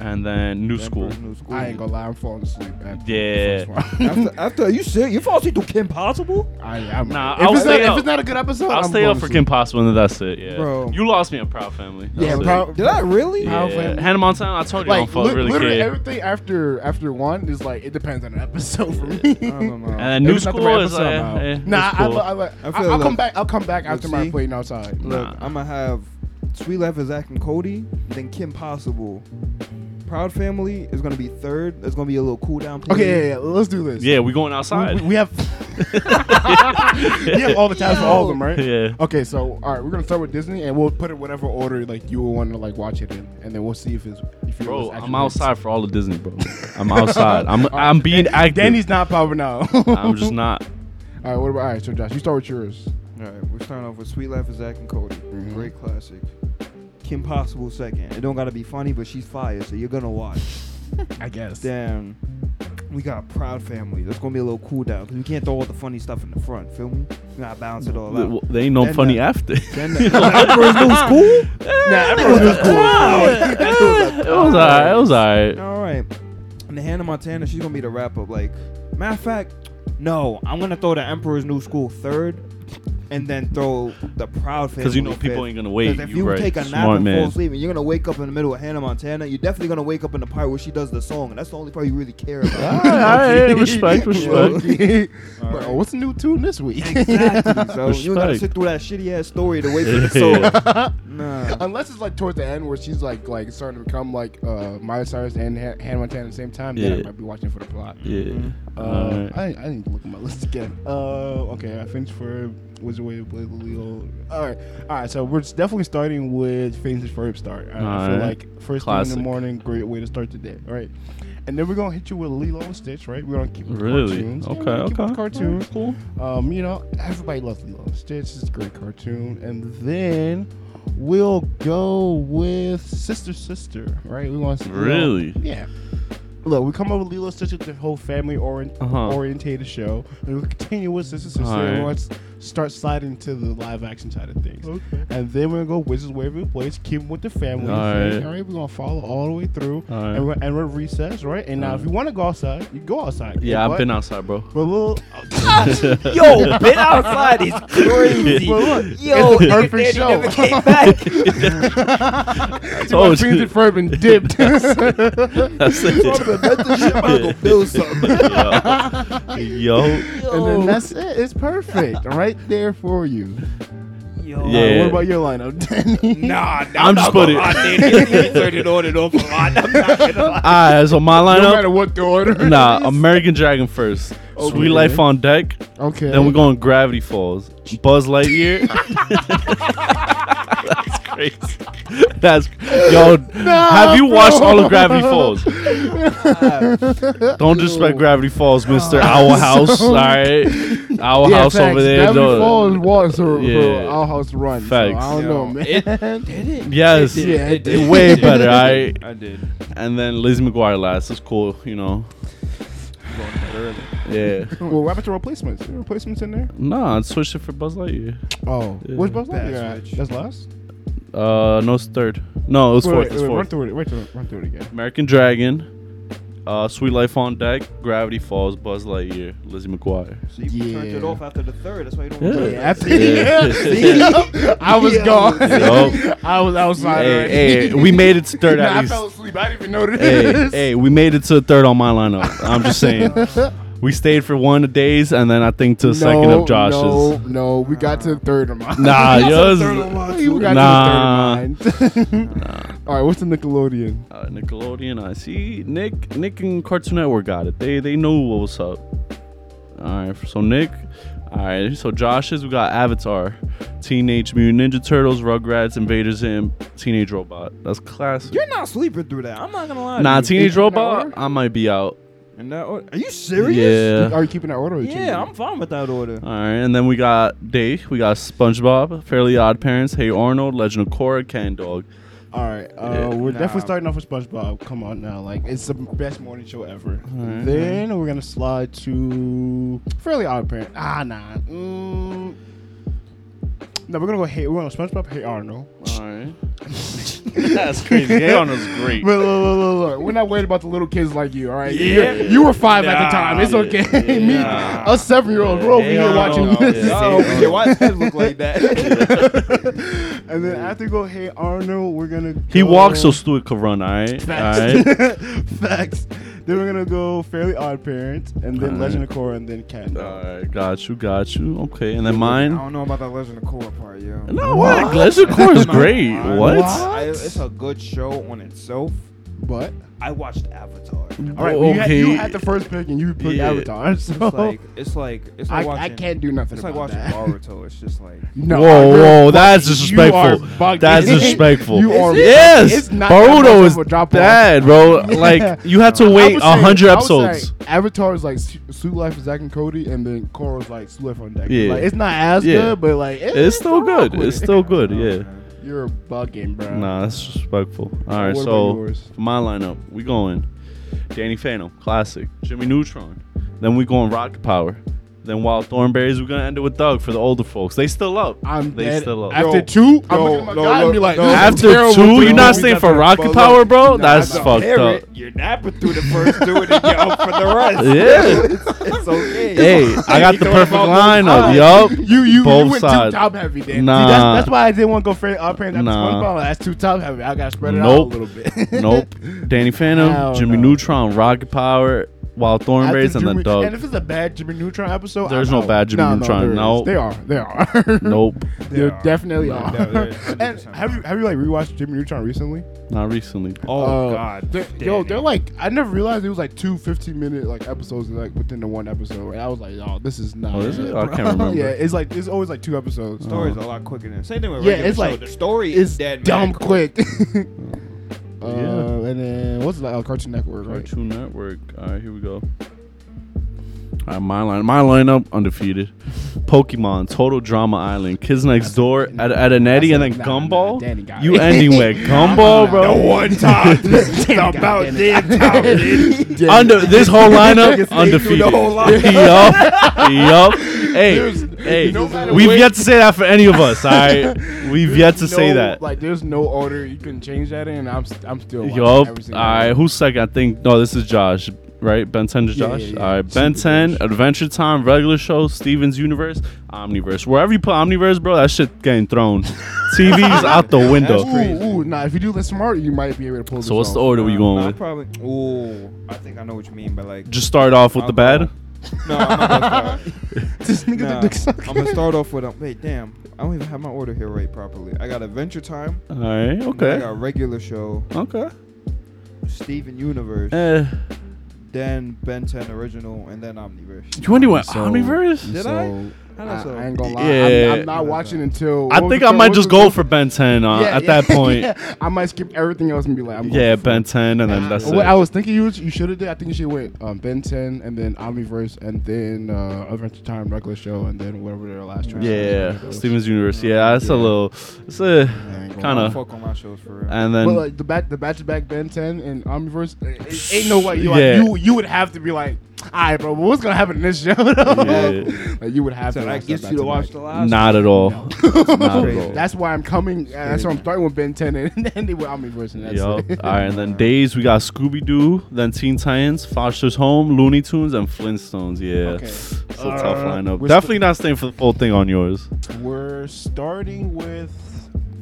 Speaker 4: and then New School.
Speaker 3: Emperor's New School.
Speaker 2: I ain't gonna lie, I'm falling asleep. At
Speaker 4: Yeah.
Speaker 2: The first one.
Speaker 3: After, after you said you fall asleep to Kim Possible,
Speaker 2: I, I'm,
Speaker 4: Nah,
Speaker 2: if,
Speaker 4: I'll
Speaker 2: it's not,
Speaker 4: stay up.
Speaker 2: if it's not a good episode,
Speaker 4: I'll
Speaker 2: am
Speaker 4: stay up for Kim Possible, and then that's it. Yeah,
Speaker 3: Bro.
Speaker 4: you lost me on Proud Family.
Speaker 2: Yeah,
Speaker 4: That's it.
Speaker 2: Proud-
Speaker 3: did I really?
Speaker 4: Yeah.
Speaker 2: Proud Family.
Speaker 4: Hannah Montana. I told you, I
Speaker 2: Like
Speaker 4: don't fuck
Speaker 2: li-
Speaker 4: really
Speaker 2: literally
Speaker 4: care.
Speaker 2: everything after after one is like it depends on an episode for me.
Speaker 3: I don't know.
Speaker 4: and then Uh, New
Speaker 2: If it's not the
Speaker 4: School
Speaker 2: right
Speaker 4: is
Speaker 2: episode,
Speaker 4: like,
Speaker 2: no.
Speaker 4: eh, eh,
Speaker 2: nah,
Speaker 4: it's
Speaker 2: I,
Speaker 4: cool.
Speaker 2: lo- I, lo-
Speaker 3: I
Speaker 2: I,
Speaker 3: feel
Speaker 2: will
Speaker 3: like-
Speaker 2: come back. I'll come back after my
Speaker 3: see?
Speaker 2: playing outside.
Speaker 3: Look,
Speaker 4: Nah.
Speaker 3: I'm gonna have Sweet Life of Zach and Cody, then Kim Possible. Proud Family is gonna be third. There's gonna be a little cool down period.
Speaker 2: Okay, yeah, yeah, let's do this.
Speaker 4: yeah, we going
Speaker 2: we,
Speaker 4: outside.
Speaker 2: we- we have we have all the time for all of them, right?
Speaker 4: Yeah.
Speaker 2: Okay, so all right, we're gonna start with Disney, and we'll put it whatever order like you would want to like watch it in, and then we'll see if it's if it was
Speaker 4: Bro,
Speaker 2: actually
Speaker 4: I'm outside for all of Disney, bro. I'm outside. I'm I'm being active.
Speaker 2: Danny's not popping out.
Speaker 4: I'm just not.
Speaker 2: All right, what about all right? So Josh, you start with yours.
Speaker 3: All right, we're starting off with Sweet Life of Zach and Cody.
Speaker 2: Mhm.
Speaker 3: Great classic. Kim Possible second. It don't gotta be funny, but she's fire, so you're gonna watch.
Speaker 2: I guess.
Speaker 3: Then we got Proud Family. That's gonna be a little cool down because we can't throw all the funny stuff in the front. Feel me? We gotta balance it all out.
Speaker 4: They ain't no
Speaker 3: Then
Speaker 4: funny
Speaker 3: the-
Speaker 4: after.
Speaker 3: Then the, Emperor's New School.
Speaker 2: Nah, everyone was cool.
Speaker 4: it was alright. It was alright.
Speaker 3: All right. And the Hannah Montana, she's gonna be the wrap up. Like, matter of fact, no, I'm gonna throw the Emperor's New School third, and then throw the Proud Family.
Speaker 4: Because you know people ain't gonna wait.
Speaker 3: Because if
Speaker 4: you
Speaker 3: you
Speaker 4: right.
Speaker 3: take a nap
Speaker 4: Smart
Speaker 3: and
Speaker 4: man.
Speaker 3: fall asleep, and you're gonna wake up in the middle of Hannah Montana, you're definitely gonna wake up in the part where she does the song, and that's the only part you really care
Speaker 2: Ah,
Speaker 3: about.
Speaker 4: All right, respect, respect.
Speaker 2: Bro, what's new tune this week?
Speaker 3: Exactly. So you ain't gotta
Speaker 4: Respect.
Speaker 3: sit through that shitty ass story to wait for the song. Nah.
Speaker 2: Unless it's like towards the end where she's like like starting to become like uh Miley Cyrus and Han- Hannah Montana at the same time, then
Speaker 4: Yeah.
Speaker 2: I might be watching for the plot.
Speaker 4: Yeah.
Speaker 2: Uh,
Speaker 4: Alright.
Speaker 2: I, I need to look at my list again. Uh, okay, I finished for Wizard Way of Blade Leo. All right, all right. So we're definitely starting with Faces for Start. I, I feel
Speaker 4: Alright.
Speaker 2: like first thing
Speaker 4: Classic.
Speaker 2: in the morning, great way to start the day. All right, and then we're gonna hit you with Lilo and Stitch. Right, we're gonna keep with
Speaker 4: Really?
Speaker 2: cartoons. Yeah,
Speaker 4: Okay,
Speaker 2: we're gonna keep
Speaker 4: okay.
Speaker 2: with cartoons.
Speaker 4: Cool.
Speaker 2: Um, you know, everybody loves Lilo and Stitch. It's a great cartoon. And then we'll go with Sister Sister. Right, we want to
Speaker 4: Really?
Speaker 2: yeah. Look, we come up with Lilo Stitch with the whole family orient-
Speaker 4: Uh-huh.
Speaker 2: orientated show, and we continue with Sister Sister.
Speaker 4: Alright.
Speaker 2: and Let's start sliding to the live action side of things, and then we're gonna go Wizards Way of the Place, keep 'em with the family.
Speaker 4: Alright.
Speaker 2: thing, alright, we're gonna follow all the way through,
Speaker 4: Alright.
Speaker 2: and we're and we're recess, right? And now, if you want to go outside, you go outside.
Speaker 4: Yeah, I've
Speaker 2: but-
Speaker 4: been outside, bro.
Speaker 2: But we'll,
Speaker 3: Yo, been outside is crazy.
Speaker 4: Well,
Speaker 2: look,
Speaker 3: Yo,
Speaker 2: it's the
Speaker 3: nigga
Speaker 2: perfect
Speaker 3: Danny never
Speaker 2: show.
Speaker 3: came back.
Speaker 4: I told
Speaker 2: Phoenix and
Speaker 4: you.
Speaker 2: Ferb and dipped.
Speaker 4: That's it. Yo. Yo.
Speaker 2: and then that's it. It's perfect, right there for you.
Speaker 3: Yo.
Speaker 4: Yeah.
Speaker 2: What about your lineup, Danny?
Speaker 3: Nah, Ah, nah,
Speaker 4: I'm just putting-
Speaker 3: it. Turn it on and off a lot. I'm not gonna lie.
Speaker 4: Alright, so my
Speaker 2: no
Speaker 4: lineup.
Speaker 2: matter what the order.
Speaker 4: Nah, American Dragon first.
Speaker 2: Okay.
Speaker 4: Sweet Life on Deck.
Speaker 2: Okay.
Speaker 4: Then we're going Gravity Falls. Buzz Lightyear. That's crazy. That's yo. have you watched all of Gravity Falls? Don't disrespect Gravity Falls, Mister Owl House. All right, Owl House over there.
Speaker 2: Gravity
Speaker 4: no.
Speaker 2: Falls was for,
Speaker 4: Yeah.
Speaker 2: for our house run. so
Speaker 4: Facts.
Speaker 2: I don't know, man.
Speaker 3: It did it.
Speaker 4: Yes,
Speaker 2: It did, it did.
Speaker 4: way better. All right,
Speaker 3: I did.
Speaker 4: and then Lizzie McGuire last. It's cool, you know. Yeah.
Speaker 2: well, what about the replacements? Any replacements in there?
Speaker 4: Nah, I switched it for Buzz Lightyear.
Speaker 2: Oh,
Speaker 4: Yeah.
Speaker 2: what's Buzz
Speaker 3: That's
Speaker 2: Lightyear?
Speaker 3: rich.
Speaker 2: at? That's last.
Speaker 4: Uh, no, it's third. No, it was
Speaker 2: Wait,
Speaker 4: fourth.
Speaker 2: wait,
Speaker 4: it's
Speaker 2: wait,
Speaker 4: fourth.
Speaker 2: Run through it. Wait, through it- run through it again.
Speaker 4: American Dragon, uh, Sweet Life on Deck, Gravity Falls, Buzz Lightyear, Lizzie McGuire.
Speaker 3: So you
Speaker 2: Yeah.
Speaker 3: turned it off after the third. That's why you don't.
Speaker 4: Yeah.
Speaker 3: remember.
Speaker 2: Yeah, after-
Speaker 4: Yeah.
Speaker 2: See? I was
Speaker 3: Yeah.
Speaker 2: gone.
Speaker 4: Yup.
Speaker 2: I was outside. already.
Speaker 4: Hey, hey, we made it to third
Speaker 2: Nah,
Speaker 4: at
Speaker 2: I fell
Speaker 4: least.
Speaker 2: asleep. I didn't even notice.
Speaker 4: Hey, hey, we made it to third on my lineup. I'm just saying. We stayed for one of days, and then I think to the second
Speaker 2: no,
Speaker 4: of Josh's.
Speaker 2: No, no, we got to the third of mine.
Speaker 4: Nah, yours.
Speaker 2: we got
Speaker 4: Nah.
Speaker 2: to the third of mine. All right, what's the Nickelodeon?
Speaker 4: Uh, Nickelodeon, I see Nick, Nick and Cartoon Network got it. They they know what was up. All right, so Nick. All right, so Josh's we got Avatar, Teenage Mutant Ninja Turtles, Rugrats, Invader Zim, Teenage Robot. That's classic.
Speaker 3: You're not sleeping through that. I'm not gonna lie.
Speaker 4: Nah,
Speaker 3: to you.
Speaker 4: Teenage
Speaker 2: in that
Speaker 4: Robot,
Speaker 2: order?
Speaker 4: I might be out.
Speaker 3: In that order. Are you serious?
Speaker 4: Yeah. Oh, All
Speaker 2: Are you keeping that order? or you changing it?
Speaker 3: Yeah, I'm fine with that order.
Speaker 4: right, and then we got Dave, we got SpongeBob, Fairly Odd Parents, Hey Arnold, Legend of Korra, Can Dog.
Speaker 2: All right, uh,
Speaker 4: Yeah.
Speaker 2: we're
Speaker 3: Nah.
Speaker 2: definitely starting off with SpongeBob. Come on now, like it's the best morning show ever. Then we're gonna slide to Fairly Odd Parents. Ah, nah. Mm. No, we're gonna go. Hey, we're gonna SpongeBob. Hey Arnold.
Speaker 4: All right. That's crazy. Hey Arnold's great.
Speaker 2: But look, look, look, look, we're not worried about the little kids like you. All right,
Speaker 4: Yeah.
Speaker 2: You're- you were five at the
Speaker 4: Nah.
Speaker 2: time. It's okay. Me,
Speaker 4: Nah.
Speaker 2: us seven year olds, we're over
Speaker 4: Hey
Speaker 2: here watching
Speaker 4: Arnold.
Speaker 2: this.
Speaker 4: Yeah.
Speaker 3: Oh, yeah, why does it look like that?
Speaker 2: And then after we go, hey Arnold, we're gonna.
Speaker 4: He
Speaker 2: go-
Speaker 4: walks so Stuart could run, all right? All right.
Speaker 2: Facts. Facts. Then we're gonna go Fairly Odd Parents, and then
Speaker 4: Alright.
Speaker 2: Legend of Korra, and then Cat.
Speaker 4: All right, got you, got you. Okay, and then
Speaker 3: I
Speaker 4: mine.
Speaker 3: don't know about that Legend of Korra part, yo.
Speaker 4: No, what? Legend of Korra is great. What?
Speaker 2: What?
Speaker 3: I- it's a good show on itself.
Speaker 2: But
Speaker 4: oh,
Speaker 3: I watched Avatar.
Speaker 2: all right, well, you, had, you
Speaker 4: Okay.
Speaker 2: had the first pick, and you picked
Speaker 4: Yeah.
Speaker 2: Avatar. So
Speaker 3: It's like it's like it's like
Speaker 2: I,
Speaker 3: watching.
Speaker 2: I can't do nothing
Speaker 3: It's like
Speaker 2: about
Speaker 3: watching
Speaker 2: that.
Speaker 3: Naruto. It's just like
Speaker 2: No, I
Speaker 4: whoa,
Speaker 2: really
Speaker 4: whoa,
Speaker 2: fuck-
Speaker 4: that's
Speaker 2: are
Speaker 4: disrespectful.
Speaker 2: bugging.
Speaker 4: That's disrespectful.
Speaker 2: You are
Speaker 4: yes,
Speaker 2: bugging. It's not that much
Speaker 4: Naruto
Speaker 2: of
Speaker 4: is
Speaker 2: a drop-off.
Speaker 4: bad, bro. Like you had to
Speaker 2: I
Speaker 4: wait
Speaker 2: would
Speaker 4: a
Speaker 2: say-
Speaker 4: hundred
Speaker 2: I would say
Speaker 4: episodes.
Speaker 2: Avatar is like Su- Suit Life is Zack and Cody, and then Korra's like Suit Life on Deck.
Speaker 4: Yeah.
Speaker 2: Like, it's not as
Speaker 4: Yeah.
Speaker 2: good, but like it-
Speaker 4: It's still
Speaker 2: rock
Speaker 4: good.
Speaker 2: with
Speaker 4: It's
Speaker 2: it.
Speaker 4: still good. Yeah.
Speaker 2: You're bugging, bro.
Speaker 4: Nah, that's disrespectful. All right,
Speaker 2: What about
Speaker 4: so
Speaker 2: yours?
Speaker 4: my lineup, we going Danny Phantom, classic. Jimmy Neutron. Then we going Rocket Power. Then Wild Thornberries. We're gonna end it with Doug for the older folks. They still up.
Speaker 2: I'm
Speaker 4: they
Speaker 2: dead.
Speaker 4: still up.
Speaker 2: After
Speaker 1: Yo,
Speaker 2: two, I'm
Speaker 1: yo,
Speaker 2: looking at my
Speaker 1: no,
Speaker 2: guy and
Speaker 1: look,
Speaker 2: be like,
Speaker 1: no.
Speaker 2: this is
Speaker 4: After
Speaker 2: terrible
Speaker 4: two,
Speaker 2: for
Speaker 4: you're
Speaker 2: you.
Speaker 4: not
Speaker 2: We
Speaker 4: staying
Speaker 2: got
Speaker 4: for
Speaker 2: the-
Speaker 4: Rocket
Speaker 2: but
Speaker 4: Power,
Speaker 2: look,
Speaker 4: bro.
Speaker 2: nah,
Speaker 4: That's
Speaker 2: nah.
Speaker 4: fucked
Speaker 3: Hear
Speaker 4: up.
Speaker 3: it, you're napping through the first two and then you're up for the rest.
Speaker 4: Yeah.
Speaker 3: It's, it's okay.
Speaker 4: hey, I got the perfect lineup. Yup.
Speaker 2: You you, you
Speaker 4: Both
Speaker 2: went
Speaker 4: sides.
Speaker 2: too top heavy then.
Speaker 4: Nah.
Speaker 2: See, that's, that's why I didn't want to go for up parents after
Speaker 4: Nah.
Speaker 2: SpongeBob. Like, That's too top heavy. I gotta spread it
Speaker 4: Nope.
Speaker 2: out a little bit.
Speaker 4: nope. Danny Phantom,
Speaker 2: Hell
Speaker 4: Jimmy
Speaker 2: no.
Speaker 4: Neutron, Rocket Power, Wild Thornberries, and then
Speaker 2: Jimmy-
Speaker 4: Doug.
Speaker 2: And if it's a bad Jimmy Neutron episode,
Speaker 4: There's
Speaker 2: I'm
Speaker 4: no
Speaker 2: out.
Speaker 4: bad Jimmy
Speaker 2: no,
Speaker 4: Neutron,
Speaker 2: No, there is.
Speaker 4: no.
Speaker 2: They are. They are.
Speaker 4: nope,
Speaker 2: There
Speaker 3: are.
Speaker 2: definitely are.
Speaker 3: No, there is,
Speaker 2: and
Speaker 3: 100%.
Speaker 2: have you have you like rewatched Jimmy Neutron recently?
Speaker 4: not recently.
Speaker 3: Oh
Speaker 2: Uh,
Speaker 3: God,
Speaker 2: they're-
Speaker 3: damn
Speaker 2: yo,
Speaker 3: it.
Speaker 2: they're like I never realized it was like two 15 minute like episodes like within the one episode, and I was like, oh, this is not.
Speaker 4: Oh, is it?
Speaker 2: bro.
Speaker 4: I can't remember. Oh.
Speaker 2: yeah, it's like it's always like two episodes.
Speaker 3: story's a lot quicker than same thing with
Speaker 2: Yeah,
Speaker 3: regular
Speaker 2: it's
Speaker 3: show.
Speaker 2: like-
Speaker 3: the story
Speaker 2: It's
Speaker 3: is dead
Speaker 2: dumb
Speaker 3: man.
Speaker 2: quick. uh, And then what's that? Oh, Cartoon Network, right?
Speaker 4: Cartoon Network. All right, here we go. All right, my line, my lineup undefeated. Pokemon, Total Drama Island, Kids Next Door, at at an Eddie, and then
Speaker 2: Nah, nah,
Speaker 4: Gumball.
Speaker 2: Danny got
Speaker 4: you
Speaker 2: it.
Speaker 4: ending with Gumball, bro.
Speaker 2: The one time.
Speaker 3: about
Speaker 2: Danny.
Speaker 4: Under this whole lineup, undefeated.
Speaker 3: the whole lineup.
Speaker 4: yup, yup. Hey, hey,
Speaker 2: no matter
Speaker 4: we've
Speaker 2: what-
Speaker 4: yet to say that for any of us. All right, we've yet to
Speaker 2: There's
Speaker 4: say
Speaker 2: no-
Speaker 4: that.
Speaker 2: Like, there's no order you can change that in. and I'm, st- I'm still. watching
Speaker 4: Yup. All
Speaker 2: every single
Speaker 4: right,
Speaker 2: one.
Speaker 4: who's second? I think no, this is Josh, right? Ben 10 is
Speaker 2: Yeah,
Speaker 4: Josh.
Speaker 2: yeah, yeah.
Speaker 4: All right, Ben 10, Adventure Time, regular show, Steven's Universe, Omniverse. Wherever you put Omniverse, bro, that shit getting thrown. TV's out the window.
Speaker 2: Ooh, ooh, nah. If you do this smart, you might be able to pull.
Speaker 4: So what's the order we
Speaker 3: Nah,
Speaker 4: going with?
Speaker 3: probably. Ooh, I think I know what you mean, but like,
Speaker 4: Just start off with the bad.
Speaker 3: no, I'm not gonna start.
Speaker 2: This nigga
Speaker 3: Nah,
Speaker 2: dick suck.
Speaker 3: I'm gonna start off with a. Wait, damn, I don't even have my order here right properly. I got Adventure Time.
Speaker 4: All right,
Speaker 3: I
Speaker 4: okay,
Speaker 3: got regular show,
Speaker 4: okay.
Speaker 3: Steven Universe,
Speaker 4: Eh,
Speaker 3: then Ben 10 original, and then Omniverse.
Speaker 4: you anyway,
Speaker 2: So-
Speaker 4: Omniverse.
Speaker 3: Did I? I don't know.
Speaker 2: I ain't gonna lie.
Speaker 4: Yeah.
Speaker 2: I'm, I'm not watching until.
Speaker 4: I
Speaker 2: what was
Speaker 4: think
Speaker 2: the-
Speaker 4: I
Speaker 2: what
Speaker 4: might
Speaker 2: was
Speaker 4: just
Speaker 2: the-
Speaker 4: go for Ben 10 uh,
Speaker 2: Yeah,
Speaker 4: at
Speaker 2: yeah,
Speaker 4: that point. Yeah,
Speaker 2: yeah. I might skip everything else and be like, I'm going for-
Speaker 4: Ben 10, and then that's
Speaker 2: what I
Speaker 4: it.
Speaker 2: was thinking you you should have did. I think you should went um, Ben 10 and then Omniverse and then uh, Adventure Time, Regular Show, and then whatever their last choice.
Speaker 4: Yeah,
Speaker 2: was.
Speaker 4: Steven's Universe. Yeah, that's a little. It's
Speaker 2: I
Speaker 4: a
Speaker 2: ain't gonna
Speaker 4: kind
Speaker 3: I don't
Speaker 4: of.
Speaker 3: fuck on my shows for real.
Speaker 4: And
Speaker 2: But
Speaker 4: then
Speaker 2: like the back, the back to back Ben Ten and Omniverse, it, it ain't no way. You like,
Speaker 4: Yeah.
Speaker 2: you you would have to be like, all right, bro, but what's gonna happen in this show? though?"
Speaker 4: Yeah.
Speaker 2: like you would have
Speaker 3: So
Speaker 2: to.
Speaker 3: that
Speaker 2: watch
Speaker 3: gets
Speaker 2: that
Speaker 3: you to
Speaker 2: back-to-back.
Speaker 3: watch the last.
Speaker 4: Not at all. Not at
Speaker 3: Crazy.
Speaker 4: all.
Speaker 2: That's why I'm coming. uh, That's why I'm starting with Ben Ten and ending with Omniverse. And that's
Speaker 4: Yup.
Speaker 2: it.
Speaker 4: All right, and then days we got Scooby Doo, then Teen Titans, Foster's Home, Looney Tunes, and Flintstones. Yeah,
Speaker 2: Okay.
Speaker 4: it's a
Speaker 2: Uh,
Speaker 4: tough lineup.
Speaker 2: we're
Speaker 4: Definitely not staying for the full thing on yours.
Speaker 2: We're starting with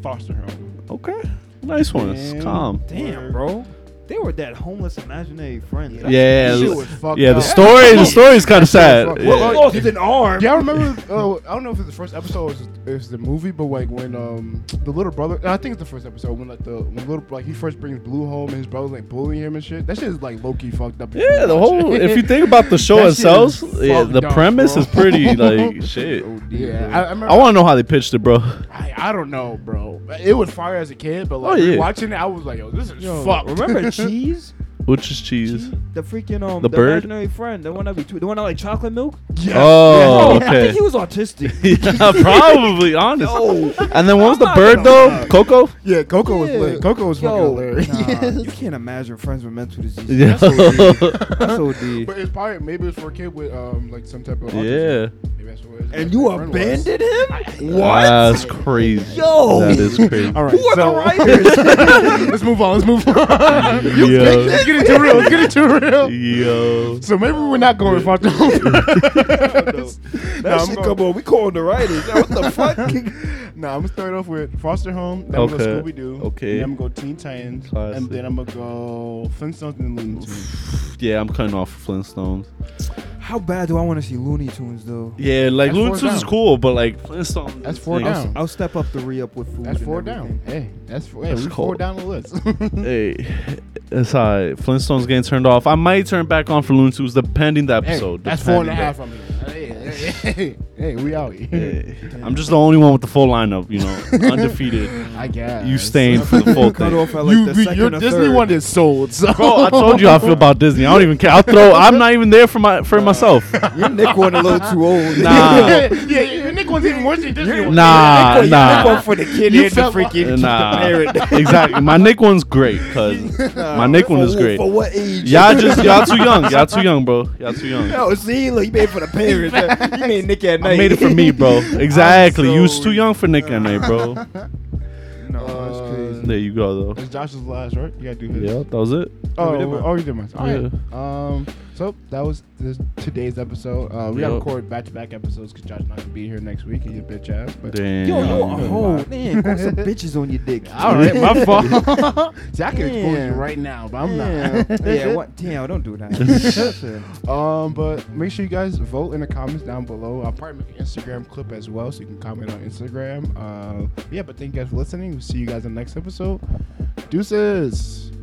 Speaker 2: Foster Home.
Speaker 4: Okay, nice one. It's
Speaker 2: Man.
Speaker 4: calm.
Speaker 3: Damn, bro. They were that homeless imaginary friend.
Speaker 4: Yeah, yeah,
Speaker 2: Shit
Speaker 4: the-
Speaker 2: was fucked
Speaker 4: yeah. The
Speaker 2: up.
Speaker 4: story, the story is kind of sad.
Speaker 2: fucked
Speaker 4: Yeah.
Speaker 2: up.
Speaker 3: lost an arm.
Speaker 2: Yeah, I remember. Uh, I don't know if it's the first episode or it's- it's the movie, but like when um the little brother, I think it's the first episode when like the when little like he first brings Blue home and his brother's like bullying him and shit. That shit is like low key fucked up. if you
Speaker 4: Yeah, the
Speaker 2: watch
Speaker 4: whole.
Speaker 2: it.
Speaker 4: If you think about the show
Speaker 2: That shit
Speaker 4: itself,
Speaker 2: is
Speaker 4: yeah, the
Speaker 2: fucked up,
Speaker 4: premise
Speaker 2: bro. Oh,
Speaker 4: is pretty like shit.
Speaker 2: yeah, I, I remember.
Speaker 4: I
Speaker 3: Oh.
Speaker 4: want to know how they pitched it, bro.
Speaker 2: I, I don't know, bro. It was fire as a kid, but like
Speaker 4: Oh, yeah.
Speaker 2: watching it, I was like, yo, this is
Speaker 3: Yo,
Speaker 2: fucked.
Speaker 3: Remember cheese?
Speaker 4: Which is cheese.
Speaker 3: cheese? The freaking um
Speaker 4: The
Speaker 3: the,
Speaker 4: bird?
Speaker 3: imaginary friend, the one that we tw- the one that like chocolate milk.
Speaker 2: Yeah.
Speaker 4: Oh,
Speaker 3: Bro, I
Speaker 4: okay.
Speaker 3: think he was autistic.
Speaker 4: yeah, probably, honest.
Speaker 3: Yo.
Speaker 4: And then what was the
Speaker 3: I'm not
Speaker 4: bird
Speaker 3: gonna
Speaker 4: though?
Speaker 3: lie.
Speaker 4: Coco.
Speaker 2: Yeah, Coco was lit. Coco was fucking
Speaker 3: Yo,
Speaker 2: hilarious.
Speaker 3: Nah, you can't imagine friends with mental disease.
Speaker 4: Yeah.
Speaker 3: That's OD. That's OD.
Speaker 2: But it's probably maybe it's for a kid with um like some type of autism.
Speaker 4: Yeah.
Speaker 2: Maybe that's what his
Speaker 3: And
Speaker 2: best
Speaker 3: you
Speaker 2: friend was.
Speaker 3: abandoned him?
Speaker 4: That's crazy.
Speaker 3: Yo.
Speaker 4: That is crazy.
Speaker 2: All right,
Speaker 3: Who are
Speaker 2: so-
Speaker 3: the writers?
Speaker 2: let's move on. Let's move on.
Speaker 4: Yo.
Speaker 2: Let's get it too real. Let's get it too real.
Speaker 4: Yo.
Speaker 2: So maybe we're not going far too.
Speaker 3: that shit come on. We calling the writers. Yo, what the fuck?
Speaker 2: Nah, I'm gonna start off with Foster Home. Then I'm gonna
Speaker 4: Okay.
Speaker 2: Scooby Doo.
Speaker 4: Okay.
Speaker 2: Then I'm gonna go Teen Titans.
Speaker 4: Classic.
Speaker 2: And then I'm gonna go Flintstones and Looney Tunes.
Speaker 4: Yeah, I'm cutting off for Flintstones.
Speaker 3: How bad do I want to see Looney Tunes though?
Speaker 4: Yeah, like
Speaker 2: That's
Speaker 4: Looney
Speaker 2: four
Speaker 4: Tunes is
Speaker 2: down.
Speaker 4: cool, but like Flintstones.
Speaker 2: That's
Speaker 4: is
Speaker 2: four
Speaker 4: like-
Speaker 2: down.
Speaker 3: I'll step up the re up with food.
Speaker 2: That's
Speaker 3: and
Speaker 2: four
Speaker 3: everything.
Speaker 2: down. Hey, that's four. Hey,
Speaker 4: That's
Speaker 2: we
Speaker 4: cool.
Speaker 2: four down the list.
Speaker 4: Hey, it's alright. Flintstones getting turned off. I might turn back on for Looney Tunes depending the episode.
Speaker 2: that's four and a
Speaker 4: depending
Speaker 2: half from here. Hey, hey, hey, hey, hey, we out here.
Speaker 4: the- Hey, I'm just the only one with the full lineup, you know, undefeated.
Speaker 2: I guess
Speaker 4: You staying for the full
Speaker 3: Cut
Speaker 4: thing.
Speaker 3: off at like the second
Speaker 2: your
Speaker 3: or
Speaker 2: Disney
Speaker 3: third.
Speaker 2: one is sold. So.
Speaker 4: Bro, I told you how I feel about Disney. I don't even care. I'll throw. I'm not even there for my for myself.
Speaker 3: Your Nick one a little too old.
Speaker 4: Nah.
Speaker 2: yeah, yeah, yeah, Nick one's even worse than Disney one.
Speaker 4: Nah,
Speaker 3: Nah.
Speaker 4: nah.
Speaker 3: Nick one for the kid
Speaker 2: You
Speaker 3: and the
Speaker 2: felt like-
Speaker 3: freaking
Speaker 4: Nah, exactly. My Nick one's great, cause my Nick one
Speaker 3: For
Speaker 4: is
Speaker 3: wh-
Speaker 4: great.
Speaker 3: For what age?
Speaker 4: Y'all just y'all too young. Y'all too young, bro. Y'all too young.
Speaker 3: No, see, look, you made it for the parents. huh? you made Nick at night.
Speaker 4: I made it for me, bro. Exactly. you was
Speaker 3: so-
Speaker 4: too young for Nick and Nate, bro.
Speaker 3: No,
Speaker 2: Oh, that's crazy.
Speaker 4: There you go, though.
Speaker 2: It's Josh's last, right? You gotta do his.
Speaker 4: Yeah, that was it.
Speaker 2: Oh,
Speaker 3: we did mine.
Speaker 2: oh, you did mine. All right. Um, So that was this, today's episode. Uh, we gotta
Speaker 4: Yep.
Speaker 2: record back to back episodes because Josh's not gonna be here next week. and your bitch ass. But
Speaker 4: Damn.
Speaker 3: Yo, you a
Speaker 2: Yeah.
Speaker 3: hoe, man. Put some bitches on your dick.
Speaker 2: all right, my fault. See, I could expose you
Speaker 3: Damn.
Speaker 2: right now, but I'm
Speaker 3: Damn.
Speaker 2: not.
Speaker 3: yeah, what? Damn, don't do that.
Speaker 2: Um, but make sure you guys vote in the comments down below. I'll probably make an Instagram clip as well, so you can comment on Instagram. Uh, yeah, but thank you guys for listening. We'll see you guys in the next episode. Deuces.